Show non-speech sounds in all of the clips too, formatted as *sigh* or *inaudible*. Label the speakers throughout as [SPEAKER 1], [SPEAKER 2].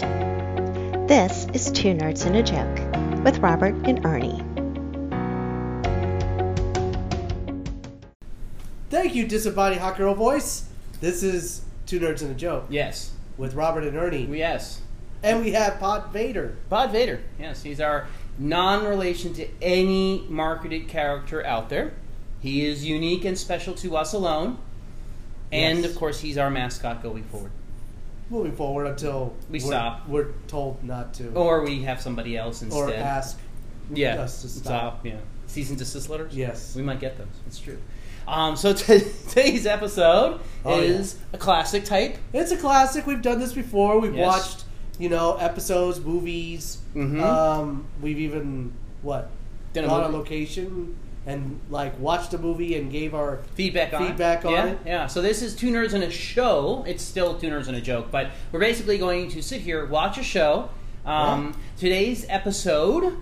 [SPEAKER 1] Podcast. This is Two Nerds and a Joke with Robert and Ernie.
[SPEAKER 2] Thank you, disembodied hot girl voice. This is Two Nerds and a Joke
[SPEAKER 3] Yes.
[SPEAKER 2] with Robert and Ernie.
[SPEAKER 3] Yes.
[SPEAKER 2] and we have Pod Vader.
[SPEAKER 3] Bod Vader. Yes, he's our non-relation to any marketed character out there. He is unique and special to us alone. And
[SPEAKER 2] Yes.
[SPEAKER 3] of course, he's our mascot going forward.
[SPEAKER 2] Moving forward until
[SPEAKER 3] We
[SPEAKER 2] are
[SPEAKER 3] stop.
[SPEAKER 2] We're told not to.
[SPEAKER 3] Or we have somebody else instead.
[SPEAKER 2] Or ask.
[SPEAKER 3] yeah.
[SPEAKER 2] us to stop.
[SPEAKER 3] Yeah. Cease and desist letters.
[SPEAKER 2] Yes.
[SPEAKER 3] We might get those. It's true. Um, so *laughs* t- today's episode
[SPEAKER 2] Oh, yeah.
[SPEAKER 3] is a classic type.
[SPEAKER 2] It's a classic. We've done this before. We've
[SPEAKER 3] Yes.
[SPEAKER 2] watched, you know, episodes, movies.
[SPEAKER 3] Mhm.
[SPEAKER 2] Um, we've even what
[SPEAKER 3] Done a
[SPEAKER 2] gone on
[SPEAKER 3] movie.
[SPEAKER 2] location and like watched a movie and gave our
[SPEAKER 3] feedback on it.
[SPEAKER 2] Feedback on
[SPEAKER 3] yeah,
[SPEAKER 2] it.
[SPEAKER 3] Yeah, so this is two nerds and a show. It's still two nerds and a joke, but we're basically going to sit here, watch a show. Um, Today's episode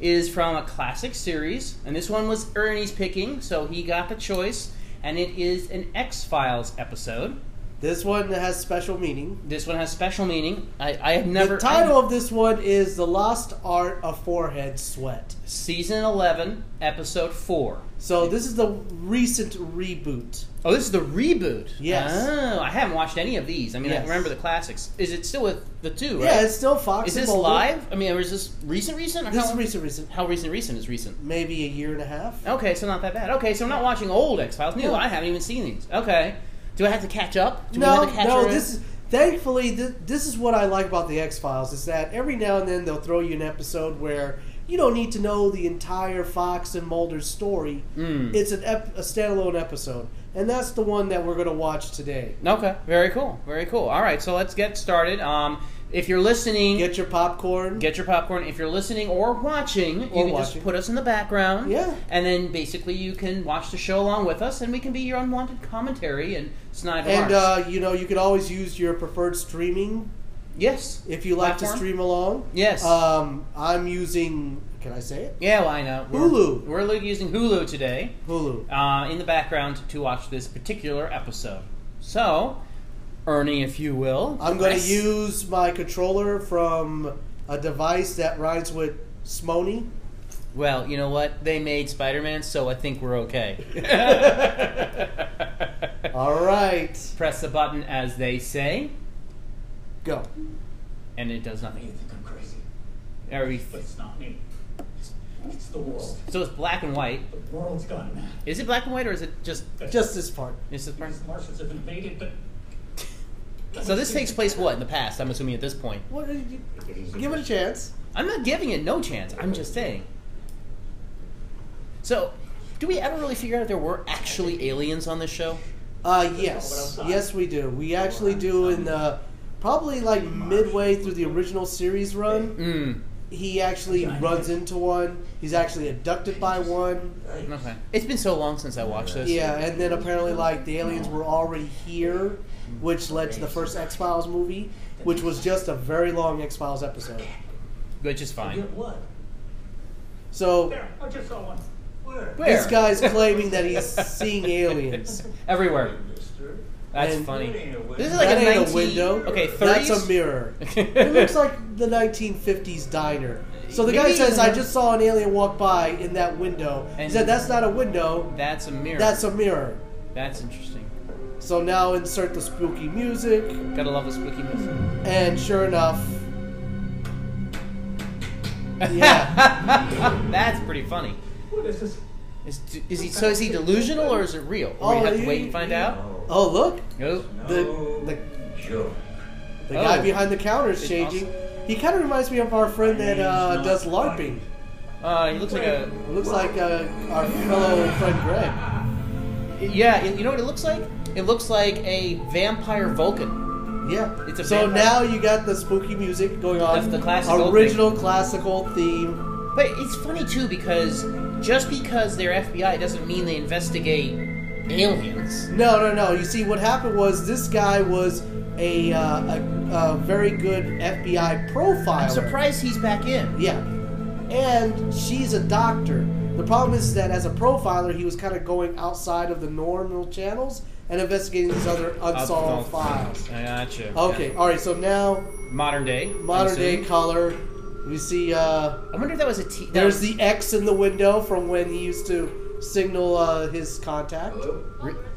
[SPEAKER 3] is from a classic series, and this one was Ernie's picking, so he got the choice, and it is an X Files episode.
[SPEAKER 2] this one has special meaning.
[SPEAKER 3] This one has special meaning. I, I have never
[SPEAKER 2] the title of this one is "The Lost Art of Forehead Sweat."
[SPEAKER 3] season eleven, episode four.
[SPEAKER 2] So this is the recent reboot.
[SPEAKER 3] Oh, this is the reboot.
[SPEAKER 2] Yes.
[SPEAKER 3] Oh, I haven't watched any of these. I mean,
[SPEAKER 2] Yes.
[SPEAKER 3] I remember the classics. Is it still with the two? Right?
[SPEAKER 2] Yeah, it's still Fox.
[SPEAKER 3] Is
[SPEAKER 2] and
[SPEAKER 3] this
[SPEAKER 2] Mulder.
[SPEAKER 3] live? I mean, or is this recent? Recent? Or
[SPEAKER 2] This
[SPEAKER 3] how,
[SPEAKER 2] is recent, recent.
[SPEAKER 3] How recent? Recent is recent.
[SPEAKER 2] Maybe a year and a half.
[SPEAKER 3] Okay, so not that bad. Okay, so I'm not watching old X Files. New.
[SPEAKER 2] No.
[SPEAKER 3] I haven't even seen these. Okay. Do I have to catch up? Do we
[SPEAKER 2] no,
[SPEAKER 3] have to catch
[SPEAKER 2] no.
[SPEAKER 3] our-
[SPEAKER 2] This is thankfully th- this is what I like about the X Files is that every now and then they'll throw you an episode where you don't need to know the entire Fox and Mulder story.
[SPEAKER 3] Mm.
[SPEAKER 2] It's an ep- a standalone episode, and that's the one that we're going to watch today.
[SPEAKER 3] Okay. Very cool. Very cool. All right. So let's get started. Um, if you're listening,
[SPEAKER 2] Get your popcorn.
[SPEAKER 3] Get your popcorn. If you're listening or
[SPEAKER 2] Or
[SPEAKER 3] watching, you can
[SPEAKER 2] watching.
[SPEAKER 3] just put us in the background.
[SPEAKER 2] Yeah.
[SPEAKER 3] And then basically you can watch the show along with us, and we can be your unwanted commentary and snide
[SPEAKER 2] and
[SPEAKER 3] remarks.
[SPEAKER 2] uh, you know you can always use your preferred streaming
[SPEAKER 3] yes.
[SPEAKER 2] if you like to
[SPEAKER 3] Platform?
[SPEAKER 2] stream along.
[SPEAKER 3] Yes.
[SPEAKER 2] Um, I'm using. Can I say it?
[SPEAKER 3] yeah, well, I know. We're-
[SPEAKER 2] Hulu.
[SPEAKER 3] We're, li- using Hulu today
[SPEAKER 2] Hulu.
[SPEAKER 3] uh, in the background to watch this particular episode. So, Ernie, if you will.
[SPEAKER 2] I'm going
[SPEAKER 3] press-
[SPEAKER 2] to use my controller from a device that rhymes with Smoney.
[SPEAKER 3] Well, you know what? They made Spider Man, so I think we're okay.
[SPEAKER 2] *laughs* All right,
[SPEAKER 3] Uh, Press the button as they say.
[SPEAKER 2] go.
[SPEAKER 3] and it does
[SPEAKER 4] You
[SPEAKER 3] nothing.
[SPEAKER 4] think I'm crazy, but
[SPEAKER 3] Everything.
[SPEAKER 4] it's not me. It's, it's the world.
[SPEAKER 3] So it's black and white.
[SPEAKER 4] The world's gone mad.
[SPEAKER 3] Is it black and white or is it just?
[SPEAKER 2] Just this part.
[SPEAKER 3] Is it
[SPEAKER 4] These Martians have invaded, but
[SPEAKER 3] *laughs* so this takes place what in the past? I'm assuming at this point.
[SPEAKER 2] What did you, give it a chance.
[SPEAKER 3] I'm not giving it no chance. I'm just saying. So, do we ever really figure out if there were actually aliens on this show?
[SPEAKER 2] Uh, yes, yes, we do. We actually do in the probably like midway through the original series run.
[SPEAKER 3] Mm.
[SPEAKER 2] He actually runs into one. He's actually abducted by one.
[SPEAKER 3] Okay. It's been so long since I watched this.
[SPEAKER 2] Yeah, and then apparently like the aliens were already here, which led to the first X Files movie, which was just a very long X Files episode.
[SPEAKER 3] Which is
[SPEAKER 4] Your
[SPEAKER 3] fine.
[SPEAKER 4] blood.
[SPEAKER 2] So
[SPEAKER 4] There, I just saw one. Where?
[SPEAKER 3] Where?
[SPEAKER 2] This guy's claiming that he's
[SPEAKER 3] *laughs*
[SPEAKER 2] seeing aliens.
[SPEAKER 3] Everywhere.
[SPEAKER 4] Mister.
[SPEAKER 3] That's
[SPEAKER 2] And-
[SPEAKER 3] funny. This
[SPEAKER 4] This
[SPEAKER 3] is like
[SPEAKER 2] that
[SPEAKER 3] a,
[SPEAKER 2] ain't
[SPEAKER 3] 19
[SPEAKER 2] a window.
[SPEAKER 3] Okay, 30s.
[SPEAKER 2] That's a
[SPEAKER 3] *laughs*
[SPEAKER 2] mirror. It looks like the 1950s diner. So the guy
[SPEAKER 3] Maybe-
[SPEAKER 2] says, "I just saw an alien walk by in that window." He
[SPEAKER 3] And-
[SPEAKER 2] said, "That's not a window.
[SPEAKER 3] That's a mirror.
[SPEAKER 2] That's a mirror."
[SPEAKER 3] That's interesting.
[SPEAKER 2] So now insert the spooky music,
[SPEAKER 3] Gotta love the spooky music.
[SPEAKER 2] and sure enough, yeah,
[SPEAKER 3] *laughs* That's pretty funny.
[SPEAKER 4] What is this?
[SPEAKER 3] Is, is he so? Is he delusional or is it real? Or
[SPEAKER 2] Oh,
[SPEAKER 3] we have to
[SPEAKER 2] he-
[SPEAKER 3] wait and find out.
[SPEAKER 2] oh look,
[SPEAKER 3] Nope.
[SPEAKER 2] the the,
[SPEAKER 4] Joke.
[SPEAKER 2] the guy
[SPEAKER 3] Oh.
[SPEAKER 2] behind the counter is
[SPEAKER 3] It's
[SPEAKER 2] changing. He kind of reminds me of our friend that uh, does LARPing.
[SPEAKER 3] Uh, he looks like a.
[SPEAKER 2] It looks like uh, our fellow friend Greg.
[SPEAKER 3] Yeah, you know what it looks like? It looks like a vampire Vulcan.
[SPEAKER 2] Yeah.
[SPEAKER 3] It's a
[SPEAKER 2] so
[SPEAKER 3] vampire.
[SPEAKER 2] now you got the spooky music going on.
[SPEAKER 3] That's the classical
[SPEAKER 2] original classical theme.
[SPEAKER 3] But it's funny too because just because they're FBI doesn't mean they investigate aliens.
[SPEAKER 2] No, no, no. You see, what happened was this guy was a uh, a, a very good FBI profiler.
[SPEAKER 3] I'm surprised he's back in.
[SPEAKER 2] Yeah. And she's a doctor. The problem is that as a profiler, he was kind of going outside of the normal channels, and investigating these other unsolved
[SPEAKER 3] Unsolved
[SPEAKER 2] files.
[SPEAKER 3] I gotcha.
[SPEAKER 2] Okay,
[SPEAKER 3] Yeah.
[SPEAKER 2] all right. So now
[SPEAKER 3] Modern day. I'm
[SPEAKER 2] modern day
[SPEAKER 3] assuming.
[SPEAKER 2] color. We see uh,
[SPEAKER 3] I wonder if that was a T. that
[SPEAKER 2] there's
[SPEAKER 3] was-
[SPEAKER 2] the X in the window from when he used to signal uh, his contact.
[SPEAKER 5] Hello?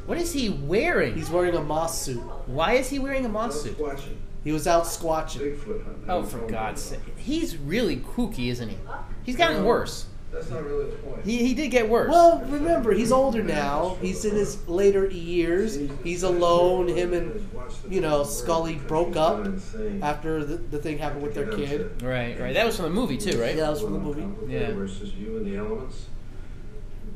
[SPEAKER 3] What is he wearing?
[SPEAKER 2] He's wearing a moss suit.
[SPEAKER 3] Why is he wearing a moth
[SPEAKER 5] Hello,
[SPEAKER 3] suit?
[SPEAKER 5] Squatching.
[SPEAKER 2] He was out squatching.
[SPEAKER 5] Bigfoot hunting.
[SPEAKER 3] Oh, for God's sake. He's really kooky, isn't he? He's gotten worse.
[SPEAKER 5] That's not really the point.
[SPEAKER 3] He, he did get worse.
[SPEAKER 2] Well, remember, he's older now. He's in his later years. He's alone. Him and you know Scully broke up after the, the thing happened with their kid.
[SPEAKER 3] right, right. That was from the movie, too, right?
[SPEAKER 2] Yeah. that was from the movie.
[SPEAKER 3] Yeah.
[SPEAKER 5] Versus you and the elements.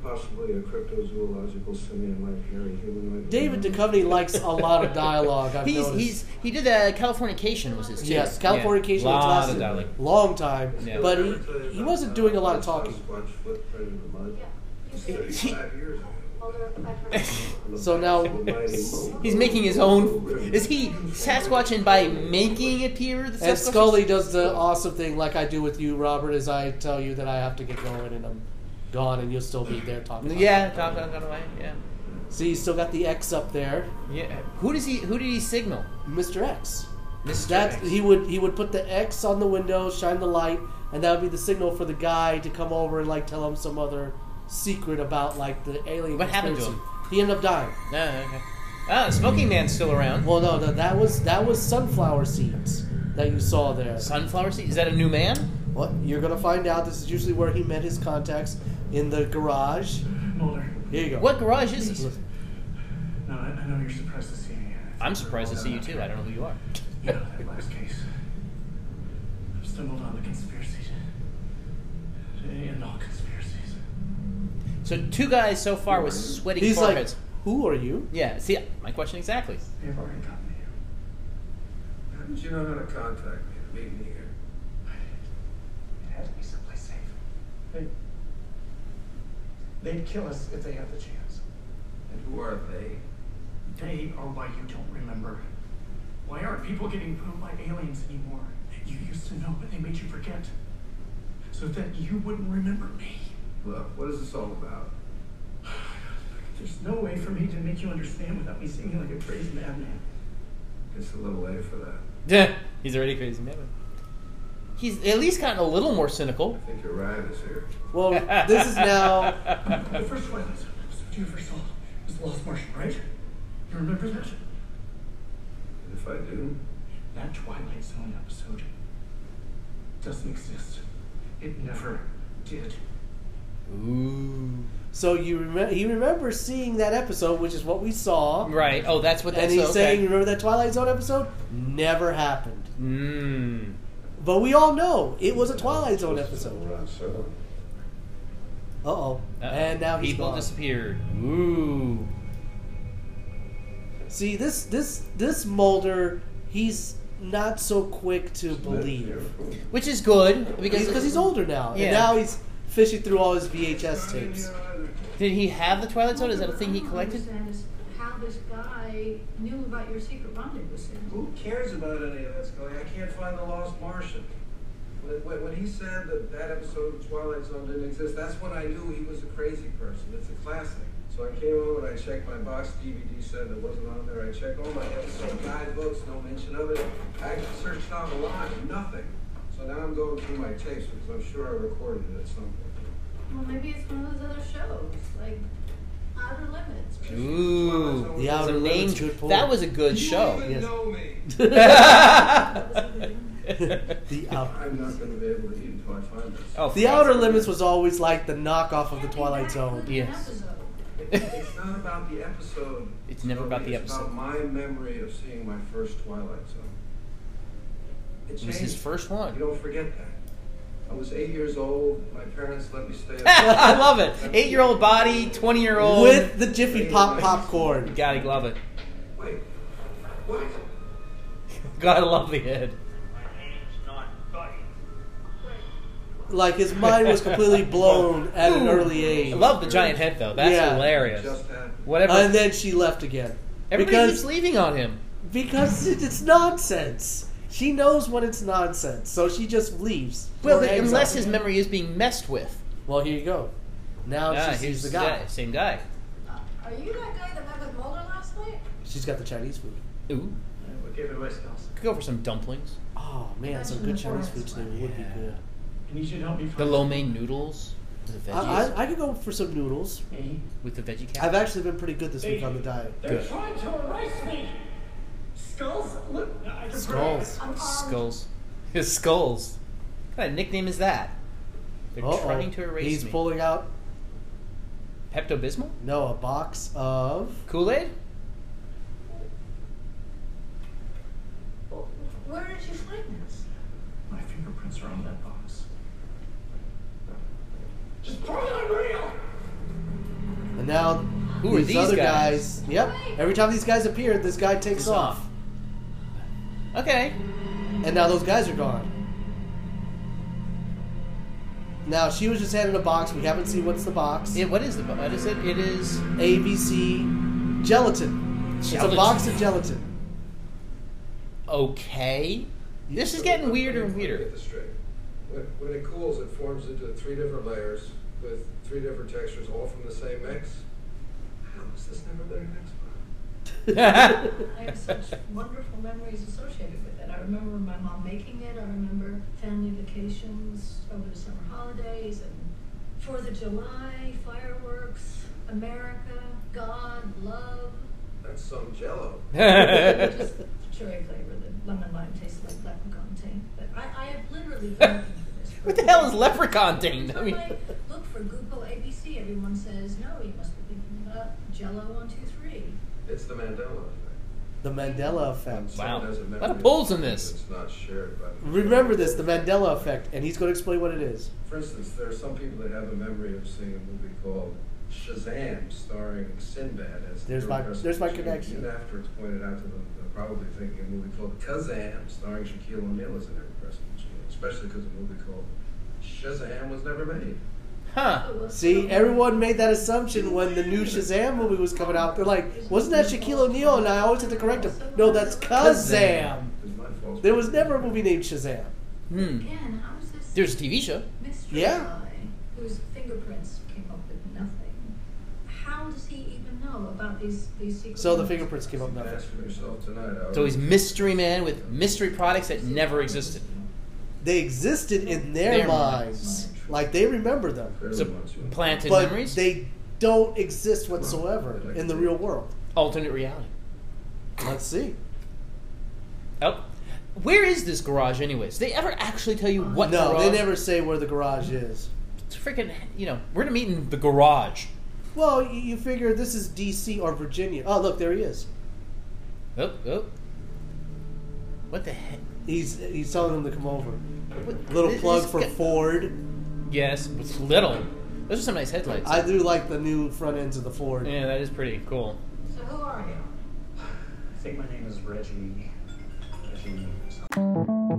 [SPEAKER 5] Possibly a cryptozoological simian like hairy humanoid.
[SPEAKER 2] David Duchovny likes a lot of dialogue. I've
[SPEAKER 3] He's,
[SPEAKER 2] noticed.
[SPEAKER 3] he's he did a Californication was his too.
[SPEAKER 2] Yes, Californication was
[SPEAKER 3] Lot
[SPEAKER 2] last
[SPEAKER 3] of
[SPEAKER 2] year.
[SPEAKER 3] dialogue.
[SPEAKER 2] long time,
[SPEAKER 3] Yeah.
[SPEAKER 2] but he, he wasn't doing a lot of talking.
[SPEAKER 5] Squatch footprint in the mud. It's 35 years old.
[SPEAKER 2] So now-
[SPEAKER 3] *laughs* He's making his own. Is he Sasquatching by making it appear? The
[SPEAKER 2] And
[SPEAKER 3] Sasquatch is-
[SPEAKER 2] Scully does the awesome thing like I do with you, Robert, is I tell you that I have to get going and I'm gone and you'll still be there talking. about
[SPEAKER 3] Yeah,
[SPEAKER 2] it.
[SPEAKER 3] talk on gone away. Yeah,
[SPEAKER 2] See, he's still got the X up there.
[SPEAKER 3] yeah. Who does he? Who did he signal?
[SPEAKER 2] Mr. X.
[SPEAKER 3] Mr.
[SPEAKER 2] That
[SPEAKER 3] X.
[SPEAKER 2] he would he would put the X on the window, shine the light, and that would be the signal for the guy to come over and like tell him some other secret about like the alien.
[SPEAKER 3] What happened to
[SPEAKER 2] conspiracy.
[SPEAKER 3] him?
[SPEAKER 2] He ended up dying.
[SPEAKER 3] Ah, okay. Ah, Smoking Man's still around.
[SPEAKER 2] Well, no, no, that was that was sunflower seeds that you saw there.
[SPEAKER 3] Sunflower seed. Is that a new man?
[SPEAKER 2] What you're gonna find out? This is usually where he met his contacts in the garage.
[SPEAKER 4] Mulder.
[SPEAKER 2] Here you go.
[SPEAKER 3] What garage is this?
[SPEAKER 4] No, I, I know you're surprised to see me.
[SPEAKER 3] I'm surprised to see you too. I don't know who you are.
[SPEAKER 4] You know that last case. I've stumbled on the conspiracy. And all conspiracies.
[SPEAKER 3] So two guys so far with sweaty
[SPEAKER 2] He's like,
[SPEAKER 3] foreheads.
[SPEAKER 2] who are you?
[SPEAKER 3] yeah. See, my question exactly.
[SPEAKER 4] They've already gotten you.
[SPEAKER 5] How did you know how to contact me to meet me here?
[SPEAKER 4] It had to be someplace safe. They, they'd kill us if they had the chance.
[SPEAKER 5] And who are they?
[SPEAKER 4] They are why you don't remember. Why aren't people getting pooped by aliens anymore? You used to know, but they made you forget. So that you wouldn't remember me.
[SPEAKER 5] Look, what is this all about?
[SPEAKER 4] There's no way for me to make you understand without me seeming like a crazy madman.
[SPEAKER 5] It's a little late for that.
[SPEAKER 3] Yeah, *laughs* he's already crazy man. He's at least gotten a little more cynical.
[SPEAKER 5] I think your ride is here.
[SPEAKER 2] Well, this is now.
[SPEAKER 4] The first one was to your first soul. It was Lost Martian, right? You remember that?
[SPEAKER 5] And if I do,
[SPEAKER 4] That Twilight Zone episode doesn't exist. It never did.
[SPEAKER 3] Ooh.
[SPEAKER 2] So you remember? He remembers seeing that episode, which is what we saw,
[SPEAKER 3] Right. Oh, that's what that's
[SPEAKER 2] and he's
[SPEAKER 3] okay.
[SPEAKER 2] saying, "Remember that Twilight Zone episode? Never happened."
[SPEAKER 3] Mm.
[SPEAKER 2] But we all know it was a Twilight Zone episode.
[SPEAKER 5] around seven.
[SPEAKER 2] Uh oh.
[SPEAKER 3] Uh-oh.
[SPEAKER 2] And now he's
[SPEAKER 3] people
[SPEAKER 2] gone.
[SPEAKER 3] disappeared. Ooh.
[SPEAKER 2] See this this this Mulder, he's not so quick to believe
[SPEAKER 3] Which is good because
[SPEAKER 2] because he's older now,
[SPEAKER 3] Yeah.
[SPEAKER 2] and now he's fishing through all his VHS
[SPEAKER 5] *laughs*
[SPEAKER 2] tapes.
[SPEAKER 5] uh,
[SPEAKER 3] Did he have the Twilight Zone? Is that a thing he collected?
[SPEAKER 6] I don't understand is how this guy knew about your secret rendezvous. Sam.
[SPEAKER 5] Who cares about any of this, Scully? I can't find the lost Martian. When, when, when he said that that episode of Twilight Zone didn't exist, that's when I knew he was a crazy person. It's a classic. So I came home and I checked my box DVD set that wasn't on there. I checked all my episode guidebooks, no mention of it. I searched out a lot, nothing. So now I'm going through my tapes because I'm sure I recorded it at some point.
[SPEAKER 6] Well, maybe it's one of those other shows, like Outer Limits. or something.
[SPEAKER 3] Ooh.
[SPEAKER 5] The
[SPEAKER 2] Outer
[SPEAKER 3] Some
[SPEAKER 2] Limits,
[SPEAKER 3] names-
[SPEAKER 2] good pull.
[SPEAKER 3] That was a good
[SPEAKER 5] You
[SPEAKER 2] *laughs*
[SPEAKER 3] show.
[SPEAKER 5] even
[SPEAKER 2] yes.
[SPEAKER 5] know me.
[SPEAKER 3] *laughs*
[SPEAKER 2] The outer,
[SPEAKER 5] I'm not going to be able to eat until I find this.
[SPEAKER 3] oh,
[SPEAKER 2] the outer Limits was always like the knockoff of the Twilight Zone.
[SPEAKER 3] Yes.
[SPEAKER 5] It's not about the episode.
[SPEAKER 3] It's never about the
[SPEAKER 5] It's
[SPEAKER 3] episode.
[SPEAKER 5] about my memory of seeing my first Twilight Zone. It
[SPEAKER 3] It was his
[SPEAKER 5] changed.
[SPEAKER 3] first
[SPEAKER 5] You
[SPEAKER 3] one.
[SPEAKER 2] *laughs*
[SPEAKER 3] *laughs*
[SPEAKER 5] don't forget that. I was eight years old. My parents let
[SPEAKER 3] *laughs*
[SPEAKER 5] me stay. up.
[SPEAKER 3] I love it. Eight-year-old body, twenty-year-old.
[SPEAKER 2] With the Jiffy Pop popcorn.
[SPEAKER 3] Gotta love it.
[SPEAKER 5] Wait, what?
[SPEAKER 3] Gotta love the head.
[SPEAKER 2] Like his mind was
[SPEAKER 3] *laughs*
[SPEAKER 2] completely blown at an early
[SPEAKER 3] I
[SPEAKER 2] age.
[SPEAKER 3] love the giant head though. That's
[SPEAKER 2] Yeah. uh,
[SPEAKER 5] It
[SPEAKER 3] hilarious.
[SPEAKER 5] just happened.
[SPEAKER 3] Whatever.
[SPEAKER 2] And then she left again.
[SPEAKER 3] Everybody keeps
[SPEAKER 2] because
[SPEAKER 3] leaving on him.
[SPEAKER 2] because it- it's nonsense. She knows when it's nonsense, so she just leaves.
[SPEAKER 3] Well,
[SPEAKER 2] Or
[SPEAKER 3] but
[SPEAKER 2] hangs
[SPEAKER 3] unless
[SPEAKER 2] up.
[SPEAKER 3] his memory is being messed with.
[SPEAKER 2] Well, here you go. Now
[SPEAKER 3] Ah,
[SPEAKER 2] she sees
[SPEAKER 3] here's
[SPEAKER 2] the guy.
[SPEAKER 3] Same guy.
[SPEAKER 6] Are you that guy that met with Mulder last night?
[SPEAKER 2] She's got the Chinese food.
[SPEAKER 3] Ooh,
[SPEAKER 4] What gave it away, Styles?
[SPEAKER 3] could go for some dumplings.
[SPEAKER 2] Oh man, some good Chinese food today would be good.
[SPEAKER 4] And you should help me find
[SPEAKER 3] The lo mein noodles with the
[SPEAKER 2] I,
[SPEAKER 3] veggies.
[SPEAKER 2] I, I could go for some noodles.
[SPEAKER 4] Hey,
[SPEAKER 3] with the veggie cap.
[SPEAKER 2] I've actually been pretty good this week on the diet.
[SPEAKER 4] They're
[SPEAKER 3] Good.
[SPEAKER 4] trying to arrest me. Skulls. Look, I can
[SPEAKER 3] Skulls.
[SPEAKER 6] I'm armed.
[SPEAKER 3] Skulls. *laughs* His skulls. What kind of nickname is that? They're
[SPEAKER 2] Uh-oh.
[SPEAKER 3] trying to erase
[SPEAKER 2] He's
[SPEAKER 3] me.
[SPEAKER 2] pulling out
[SPEAKER 3] Pepto Bismol?
[SPEAKER 2] no a box of
[SPEAKER 3] Kool Aid?
[SPEAKER 6] Where did you find
[SPEAKER 2] *laughs*
[SPEAKER 6] this?
[SPEAKER 4] My fingerprints are on that box. Just prove that I'm real.
[SPEAKER 2] and now
[SPEAKER 3] Who are
[SPEAKER 2] these,
[SPEAKER 3] these
[SPEAKER 2] other
[SPEAKER 3] guys?
[SPEAKER 2] guys? Yep. Every time these guys appear, this guy takes
[SPEAKER 3] He's
[SPEAKER 2] off.
[SPEAKER 3] off. Okay.
[SPEAKER 2] and now those guys are gone. Now she was just handed a box. We haven't seen what's the box.
[SPEAKER 3] Yeah, what is the what is it? It is
[SPEAKER 2] ABC gelatin. It's a
[SPEAKER 3] Gelatin.
[SPEAKER 2] box of
[SPEAKER 3] *laughs*
[SPEAKER 2] gelatin.
[SPEAKER 3] okay. This is getting weirder and weirder.
[SPEAKER 5] Get this straight. When, when it cools, it forms into three different layers with three different textures, all from the same mix. How is this never been an Xbox?
[SPEAKER 3] *laughs*
[SPEAKER 6] I have such wonderful memories associated with it. I remember my mom making it. I remember family vacations over the summer holidays and Fourth of July, fireworks, America, God, love.
[SPEAKER 5] That's some
[SPEAKER 3] *laughs*
[SPEAKER 5] Jello.
[SPEAKER 6] Just cherry flavor. The lemon lime tastes like leprechaun taint. But I, I have
[SPEAKER 3] *laughs*
[SPEAKER 6] literally been looking for this. for
[SPEAKER 3] what the hell is
[SPEAKER 6] years.
[SPEAKER 3] leprechaun thing? I
[SPEAKER 6] So
[SPEAKER 3] mean,
[SPEAKER 6] I look for Google ABC. Everyone says no. You must be thinking about Jello one two three.
[SPEAKER 5] It's the Mandela effect.
[SPEAKER 2] The Mandela
[SPEAKER 5] When
[SPEAKER 2] effect.
[SPEAKER 5] someone
[SPEAKER 3] Wow.
[SPEAKER 5] has
[SPEAKER 3] Lot of
[SPEAKER 5] memory
[SPEAKER 3] pulls in this.
[SPEAKER 5] It's not shared by the-
[SPEAKER 2] Remember this, the Mandela effect, and he's going to explain what it is.
[SPEAKER 5] For instance, there are some people that have a memory of seeing a movie called Shazam, starring Sinbad as the
[SPEAKER 2] There's my-
[SPEAKER 5] hero
[SPEAKER 2] there's my
[SPEAKER 5] Shazam.
[SPEAKER 2] connection.
[SPEAKER 5] And after it's pointed out to them, they're probably thinking a movie called Kazam, starring Shaquille O'Neal as an every person, especially because a movie called Shazam was never made.
[SPEAKER 3] huh?
[SPEAKER 6] Oh, well,
[SPEAKER 2] See,
[SPEAKER 6] so-
[SPEAKER 2] everyone made that assumption when the new Shazam movie was coming out. They're like, wasn't that Shaquille O'Neal? And I always had to correct them. No, that's Kazam.
[SPEAKER 5] It's my fault.
[SPEAKER 2] There was never a movie named Shazam.
[SPEAKER 3] Hmm.
[SPEAKER 6] Again, how is this
[SPEAKER 3] There's a TV show.
[SPEAKER 6] mystery
[SPEAKER 2] Yeah.
[SPEAKER 6] guy whose fingerprints came up with nothing? How does he even know about these these secret?
[SPEAKER 2] So the
[SPEAKER 6] numbers?
[SPEAKER 2] fingerprints came up
[SPEAKER 5] You can
[SPEAKER 2] nothing.
[SPEAKER 5] ask for yourself tonight. I
[SPEAKER 3] So
[SPEAKER 5] would-
[SPEAKER 3] he's Mystery Man with mystery products that never existed.
[SPEAKER 2] They existed in their,
[SPEAKER 3] Their
[SPEAKER 2] minds.
[SPEAKER 6] minds.
[SPEAKER 2] Like they remember them.
[SPEAKER 5] clearly
[SPEAKER 3] So
[SPEAKER 5] wants you.
[SPEAKER 3] planted
[SPEAKER 2] but
[SPEAKER 3] memories,
[SPEAKER 2] they don't exist whatsoever in the real world.
[SPEAKER 3] alternate reality.
[SPEAKER 2] Let's see.
[SPEAKER 3] Oh, where is this garage, anyways? They ever actually tell you what?
[SPEAKER 2] no,
[SPEAKER 3] garage?
[SPEAKER 2] they never say where the garage is.
[SPEAKER 3] It's freaking. You know, we're gonna meet in the garage.
[SPEAKER 2] Well, you, you figure this is D.C. or Virginia. Oh, look, there he is.
[SPEAKER 3] Oh, oh. What the heck?
[SPEAKER 2] He's he's telling them to come over.
[SPEAKER 3] What-
[SPEAKER 2] Little
[SPEAKER 3] this
[SPEAKER 2] plug
[SPEAKER 3] guy-
[SPEAKER 2] for Ford.
[SPEAKER 3] Yes, it's little. Those are some nice headlights.
[SPEAKER 2] I do like the new front ends of the Ford.
[SPEAKER 3] yeah, that is pretty cool.
[SPEAKER 6] So who are you?
[SPEAKER 4] I think my name is Reggie. Reggie.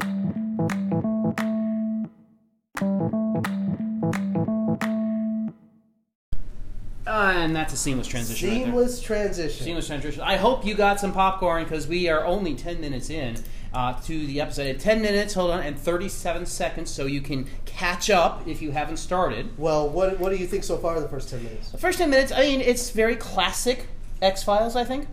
[SPEAKER 3] Uh, and that's a seamless transition. right there.
[SPEAKER 2] Seamless transition.
[SPEAKER 3] Seamless transition. I hope you got some popcorn because we are only 10 minutes in uh, to the episode. 10 minutes, hold on, and 37 seconds, so you can catch up if you haven't started.
[SPEAKER 2] Well, what what do you think so far of the first ten minutes?
[SPEAKER 3] The first 10 minutes, I mean, it's very classic X Files, I think.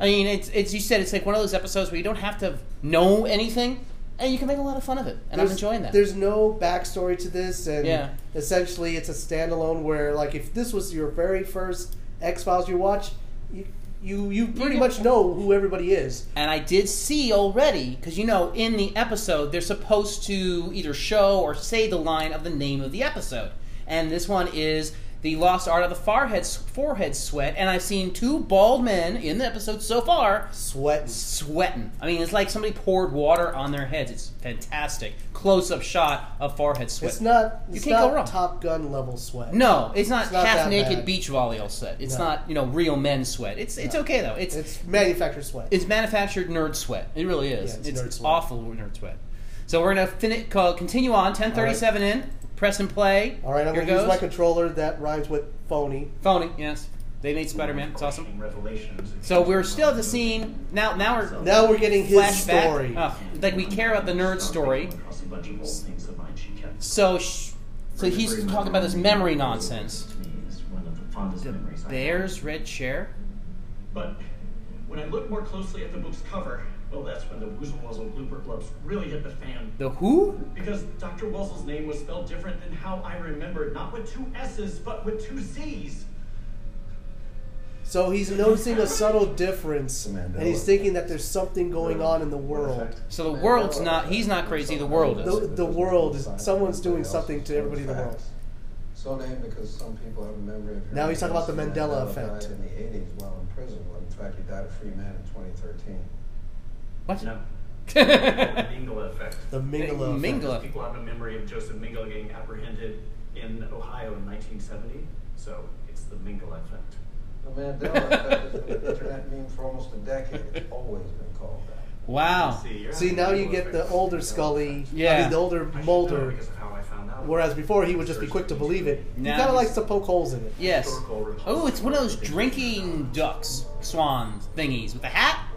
[SPEAKER 3] I mean, it's, it's you said it's like one of those episodes where you don't have to know anything, and you can make a lot of fun of it, and I'm
[SPEAKER 2] There's-
[SPEAKER 3] enjoying that.
[SPEAKER 2] There's no backstory to this, and
[SPEAKER 3] Yeah.
[SPEAKER 2] essentially it's a standalone where, like, if this was your very first X Files you watch, you you, you pretty
[SPEAKER 3] get-
[SPEAKER 2] much know who everybody is.
[SPEAKER 3] And I did see already, because you know, in the episode, they're supposed to either show or say the line of the name of the episode. And this one is The Lost Art of the Forehead, forehead Sweat. And I've seen two bald men in the episode so far
[SPEAKER 2] Sweating.
[SPEAKER 3] sweating. I mean, it's like somebody poured water on their heads. It's fantastic. Close up shot of forehead sweat.
[SPEAKER 2] It's not.
[SPEAKER 3] You
[SPEAKER 2] It's
[SPEAKER 3] can't go
[SPEAKER 2] not
[SPEAKER 3] wrong.
[SPEAKER 2] Top Gun level sweat.
[SPEAKER 3] No, it's not,
[SPEAKER 2] It's not that
[SPEAKER 3] half naked
[SPEAKER 2] bad.
[SPEAKER 3] beach volleyball sweat. It's
[SPEAKER 2] No.
[SPEAKER 3] not, you know, real men sweat. It's it's okay though. It's
[SPEAKER 2] it's manufactured sweat.
[SPEAKER 3] It's manufactured nerd sweat. It really is.
[SPEAKER 2] Yeah,
[SPEAKER 3] it's
[SPEAKER 2] it's nerd sweat.
[SPEAKER 3] awful nerd sweat. So we're gonna fin- co- continue on. Ten thirty-seven in. Press and play.
[SPEAKER 2] All right, I'm
[SPEAKER 3] Here
[SPEAKER 2] gonna use
[SPEAKER 3] goes.
[SPEAKER 2] my controller that rhymes with phony.
[SPEAKER 3] Phony. Yes, they made Spider-Man. It's awesome.
[SPEAKER 4] Revelations.
[SPEAKER 3] So we're still at the scene now. Now we're
[SPEAKER 2] Now we're getting his
[SPEAKER 3] flashback.
[SPEAKER 2] story.
[SPEAKER 3] Oh, like we care about the nerd story.
[SPEAKER 4] Across a bunch of old things of mine she kept.
[SPEAKER 3] So, sh- so he's talking about this memory nonsense.
[SPEAKER 4] To me, is one of the fondest memories I have.
[SPEAKER 3] There's red chair.
[SPEAKER 4] But When I looked more closely at the book's cover, well, that's when the woozle wuzzle blooper blubs really hit the fan.
[SPEAKER 3] The who?
[SPEAKER 4] Because Dr. Wuzzle's name was spelled different than how I remembered, not with two S's, but with two Z's.
[SPEAKER 2] So he's noticing a subtle difference, and he's thinking that there's something going on in the world.
[SPEAKER 3] So the world's not. He's not crazy. The world
[SPEAKER 2] The,
[SPEAKER 3] is.
[SPEAKER 2] the world is someone's doing something to everybody in the world.
[SPEAKER 5] So named because some people have a memory of.
[SPEAKER 2] Now he's talking about the
[SPEAKER 5] Nelson
[SPEAKER 2] Mandela
[SPEAKER 5] Mandela
[SPEAKER 2] effect.
[SPEAKER 5] Died in the eighties while in prison. When in fact, he died a free man in 2013.
[SPEAKER 3] What? *laughs*
[SPEAKER 4] No.
[SPEAKER 3] Mingala.
[SPEAKER 4] Mingala effect.
[SPEAKER 2] The Mingala. effect.
[SPEAKER 3] Mingala.
[SPEAKER 4] People have a memory of Joseph Mingala getting apprehended in Ohio in 1970, so it's the Mingala effect.
[SPEAKER 5] The Mandela effect has been an internet meme for almost a decade. It's always been called that.
[SPEAKER 3] Wow.
[SPEAKER 4] you're
[SPEAKER 2] See,
[SPEAKER 4] having
[SPEAKER 2] now
[SPEAKER 4] a
[SPEAKER 2] you
[SPEAKER 4] Mingala
[SPEAKER 2] get the
[SPEAKER 4] effect.
[SPEAKER 2] older Scully. I
[SPEAKER 3] Yeah.
[SPEAKER 2] mean, the older
[SPEAKER 4] I should know
[SPEAKER 2] Mulder.
[SPEAKER 4] because of how I found out.
[SPEAKER 2] Whereas before, he would just be quick to believe it. He
[SPEAKER 3] Now
[SPEAKER 2] kind of
[SPEAKER 3] he's-
[SPEAKER 2] likes to poke holes in it.
[SPEAKER 3] Yes.
[SPEAKER 4] Historical repulsion.
[SPEAKER 3] Oh, it's one of those drinking ducks, swan thingies with a hat.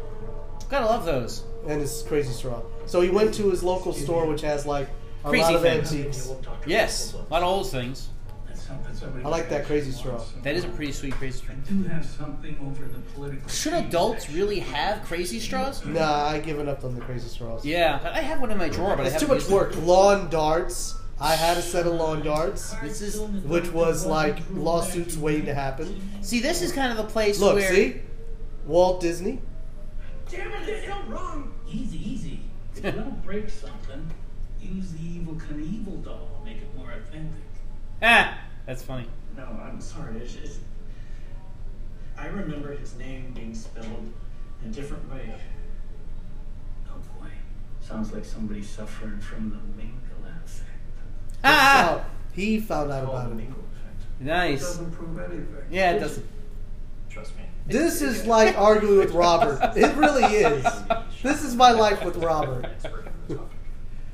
[SPEAKER 3] Gotta love those.
[SPEAKER 2] And it's crazy straw. So he went to his local store, which has like a
[SPEAKER 3] Crazy
[SPEAKER 2] lot of
[SPEAKER 3] things.
[SPEAKER 2] antiques.
[SPEAKER 3] Yes, a lot of old things.
[SPEAKER 7] That's something somebody
[SPEAKER 2] I like that crazy straw.
[SPEAKER 3] That is a pretty sweet crazy straw.
[SPEAKER 7] I do have something over the political.
[SPEAKER 3] Should
[SPEAKER 7] change
[SPEAKER 3] adults
[SPEAKER 7] section.
[SPEAKER 3] really have crazy straws?
[SPEAKER 2] Nah, I given up on the crazy straws.
[SPEAKER 3] Yeah, I have one in my drawer, but I
[SPEAKER 2] It's
[SPEAKER 3] have
[SPEAKER 2] too much work. Lawn darts. I had a set of lawn darts,
[SPEAKER 3] This is
[SPEAKER 2] which was like lawsuits waiting to happen.
[SPEAKER 3] see. This is kind of the place
[SPEAKER 2] Look,
[SPEAKER 3] where
[SPEAKER 2] see? Walt Disney.
[SPEAKER 4] Damn it, they sound wrong!
[SPEAKER 7] Easy, easy. *laughs* If you want to break something, use the evil Knievel doll. Make it more authentic.
[SPEAKER 3] ah, that's funny.
[SPEAKER 4] No, I'm sorry. It's, it's, I remember his name being spelled in a different way.
[SPEAKER 7] Oh boy, sounds like somebody suffering from the Mingala effect.
[SPEAKER 3] Ah,
[SPEAKER 2] Oh, he found out
[SPEAKER 4] Called the
[SPEAKER 2] about it.
[SPEAKER 4] Mingle effect.
[SPEAKER 5] It
[SPEAKER 3] nice.
[SPEAKER 5] doesn't prove anything.
[SPEAKER 3] Yeah, it doesn't.
[SPEAKER 4] Trust me.
[SPEAKER 2] This is like arguing with Robert. It really is. This is my life with Robert.
[SPEAKER 4] Expert on the topic.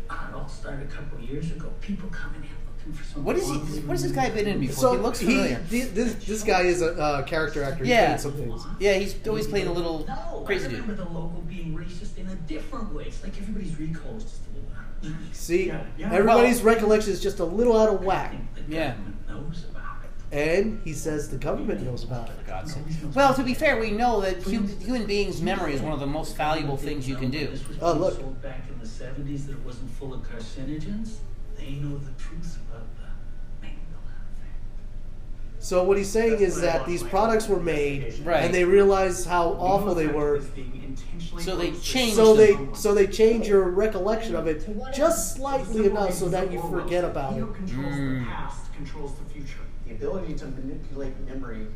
[SPEAKER 7] Ah, It all started a couple years ago. People coming in looking for something.
[SPEAKER 3] What is he? What has this guy been in before?
[SPEAKER 2] So
[SPEAKER 3] he looks familiar.
[SPEAKER 2] thi- this this guy is a uh, character actor. He
[SPEAKER 3] Yeah.
[SPEAKER 2] played some things.
[SPEAKER 3] yeah, he's always playing a little
[SPEAKER 7] No, I
[SPEAKER 3] crazy dude.
[SPEAKER 7] remember the local being racist in a different way. It's like everybody's recall is just a little out of
[SPEAKER 3] Mm.
[SPEAKER 7] whack.
[SPEAKER 2] See,
[SPEAKER 4] Yeah, yeah.
[SPEAKER 2] everybody's recollection is just a little out of whack,
[SPEAKER 7] The
[SPEAKER 3] Yeah.
[SPEAKER 7] government knows about it.
[SPEAKER 2] and he says the government knows about it.
[SPEAKER 3] God's sake. Well, to be fair, we know that hu- human beings' memory is one of the most valuable things you can do. *laughs*
[SPEAKER 7] This was
[SPEAKER 2] Oh, look.
[SPEAKER 7] sold back in the 70s that it wasn't full of carcinogens. They know the truth about the Mangala
[SPEAKER 2] So what he's saying is
[SPEAKER 4] That's what I
[SPEAKER 2] that
[SPEAKER 4] want
[SPEAKER 2] these
[SPEAKER 4] my
[SPEAKER 2] products were made,
[SPEAKER 3] Right.
[SPEAKER 2] and they realized how awful they
[SPEAKER 4] Effect
[SPEAKER 2] were.
[SPEAKER 4] is being intentionally
[SPEAKER 3] So they
[SPEAKER 4] grossly-
[SPEAKER 3] changed
[SPEAKER 2] So they
[SPEAKER 4] Someone.
[SPEAKER 2] so they change your recollection of it just slightly
[SPEAKER 4] Someone
[SPEAKER 2] enough so
[SPEAKER 4] is
[SPEAKER 2] that you
[SPEAKER 4] someone
[SPEAKER 2] forget
[SPEAKER 4] else.
[SPEAKER 2] about
[SPEAKER 4] He
[SPEAKER 2] it.
[SPEAKER 4] who controls
[SPEAKER 3] Mm.
[SPEAKER 4] the past controls the future. The ability to manipulate memory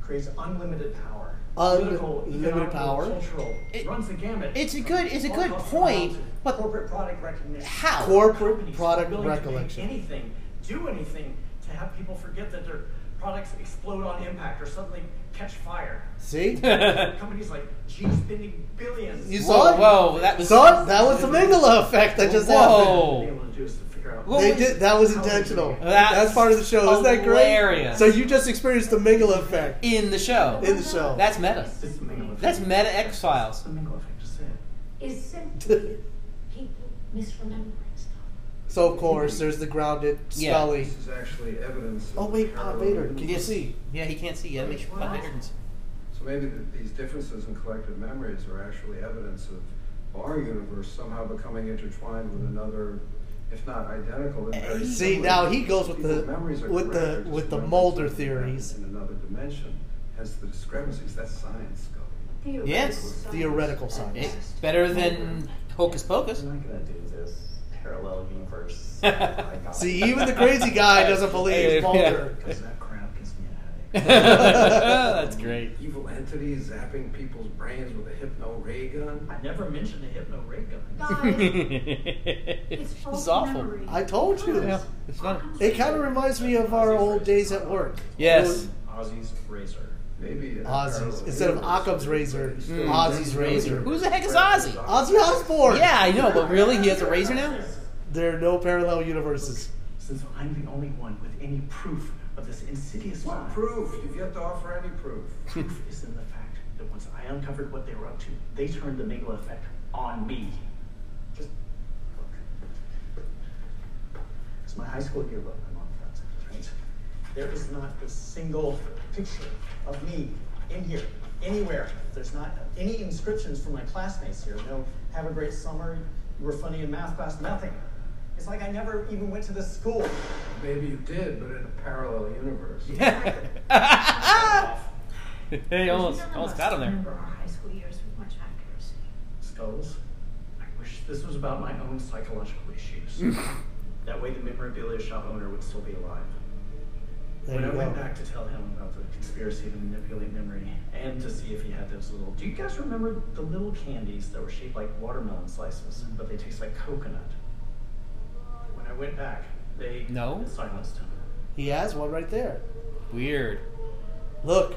[SPEAKER 4] creates unlimited power.
[SPEAKER 2] Unlimited
[SPEAKER 4] Political, economic,
[SPEAKER 2] power.
[SPEAKER 4] Cultural.
[SPEAKER 3] It-
[SPEAKER 4] runs the gamut.
[SPEAKER 3] it's a good- it's a
[SPEAKER 4] All
[SPEAKER 3] good
[SPEAKER 4] comes
[SPEAKER 3] point,
[SPEAKER 4] down to
[SPEAKER 3] but-
[SPEAKER 4] corporate product recognition.
[SPEAKER 3] How?
[SPEAKER 2] Corporate
[SPEAKER 4] Companies
[SPEAKER 2] product
[SPEAKER 4] willing to make
[SPEAKER 2] recollection.
[SPEAKER 4] Anything, do anything to have people forget that their products explode on impact or suddenly catch
[SPEAKER 2] *laughs*
[SPEAKER 4] fire.
[SPEAKER 2] See,
[SPEAKER 3] *laughs*
[SPEAKER 4] Companies like G spending billions.
[SPEAKER 2] you saw
[SPEAKER 3] Whoa,
[SPEAKER 2] it.
[SPEAKER 3] whoa, that was.
[SPEAKER 2] Saw it? That was the Mingala effect that just happened.
[SPEAKER 3] Whoa.
[SPEAKER 4] Being able to do is to figure out.
[SPEAKER 3] Whoa.
[SPEAKER 2] They did. That was intentional.
[SPEAKER 3] That's
[SPEAKER 2] That's, part of the show. Isn't that great?
[SPEAKER 3] hilarious.
[SPEAKER 2] So you just experienced the Mingala effect *laughs*
[SPEAKER 3] in the show.
[SPEAKER 2] in the show.
[SPEAKER 3] That's meta.
[SPEAKER 4] It's the Mingle effect.
[SPEAKER 3] That's meta X Files.
[SPEAKER 4] It's the Mingle effect. Just say it.
[SPEAKER 6] Is simply people misremembering stuff.
[SPEAKER 2] so of course there's the grounded
[SPEAKER 3] Yeah.
[SPEAKER 2] Scully.
[SPEAKER 5] This is actually evidence. of
[SPEAKER 2] Oh wait, Bob
[SPEAKER 5] parallel
[SPEAKER 2] Vader. Can you
[SPEAKER 5] universe.
[SPEAKER 2] see?
[SPEAKER 3] Yeah, he can't see. Yeah, make sure. Bob Baker can see.
[SPEAKER 5] So maybe th- these differences in collective memories are actually evidence of our universe somehow becoming intertwined with another, if not identical, then very
[SPEAKER 2] See,
[SPEAKER 5] similar.
[SPEAKER 2] now he goes with the-
[SPEAKER 5] People's memories are
[SPEAKER 2] with the-
[SPEAKER 5] correct, they're
[SPEAKER 2] with
[SPEAKER 5] just
[SPEAKER 2] the
[SPEAKER 5] memories
[SPEAKER 2] Mulder
[SPEAKER 5] that are happening
[SPEAKER 2] theories.
[SPEAKER 5] in another dimension. Hence the discrepancies. That's science, Scully.
[SPEAKER 3] Yes.
[SPEAKER 2] Theoretical science.
[SPEAKER 3] It's Eh, better than Hocus Pocus.
[SPEAKER 8] I'm not gonna do this parallel universe.
[SPEAKER 2] *laughs*
[SPEAKER 3] *laughs*
[SPEAKER 2] See, even
[SPEAKER 4] *laughs*
[SPEAKER 2] the crazy guy doesn't believe Mulder.
[SPEAKER 8] Because that crap gives me a headache.
[SPEAKER 3] *laughs* That's great.
[SPEAKER 5] Evil entity zapping people's brains with a hypno ray gun.
[SPEAKER 4] I never mentioned the hypno ray gun.
[SPEAKER 6] Guys, it's
[SPEAKER 3] this
[SPEAKER 6] false
[SPEAKER 3] is awful.
[SPEAKER 6] memory.
[SPEAKER 2] I told you.
[SPEAKER 3] Yeah, it's funny.
[SPEAKER 2] It kind of reminds me of our old days at work.
[SPEAKER 3] Yes.
[SPEAKER 4] Ozzy's razor.
[SPEAKER 5] Maybe in a
[SPEAKER 2] Ozzy's
[SPEAKER 5] parallel
[SPEAKER 2] instead of
[SPEAKER 5] universe,
[SPEAKER 2] Occam's
[SPEAKER 5] but
[SPEAKER 2] razor,
[SPEAKER 5] it's still-
[SPEAKER 2] Ozzy's razor.
[SPEAKER 3] Who the heck is Ozzy?
[SPEAKER 2] Ozzy Osbourne.
[SPEAKER 3] Yeah, I know, but really, he has a razor now. *laughs*
[SPEAKER 2] There are no parallel universes.
[SPEAKER 4] Since I'm the only one with any proof of this insidious
[SPEAKER 5] What
[SPEAKER 4] lie,
[SPEAKER 5] proof? You've yet to offer any proof.
[SPEAKER 4] proof is in the fact that once I uncovered what they were up to, they turned the Mingle effect on me. Just look. It's my high school yearbook. My mom found it. Right? There is not a single picture of me in here.
[SPEAKER 9] anywhere. There's not any inscriptions from my classmates here. No, have a great summer. You were funny in math class. Nothing. It's like I never even went to this school.
[SPEAKER 5] Maybe you did, but in a parallel universe.
[SPEAKER 3] hey, almost,
[SPEAKER 6] None of
[SPEAKER 3] almost
[SPEAKER 6] us
[SPEAKER 3] got him there.
[SPEAKER 6] Remember our high school years with much accuracy.
[SPEAKER 7] Skulls.
[SPEAKER 10] I wish this was about my own psychological issues.
[SPEAKER 11] That way, the memorabilia shop owner would still be alive.
[SPEAKER 2] There
[SPEAKER 7] when
[SPEAKER 2] you
[SPEAKER 7] I went
[SPEAKER 2] go.
[SPEAKER 7] back to tell him about the conspiracy to manipulate memory and to see if he had those little. Do you guys remember the little candies that were shaped like watermelon slices, but they taste like coconut? When I went back, they
[SPEAKER 3] No.
[SPEAKER 7] silenced him.
[SPEAKER 2] He has one right there.
[SPEAKER 3] Weird.
[SPEAKER 2] Look.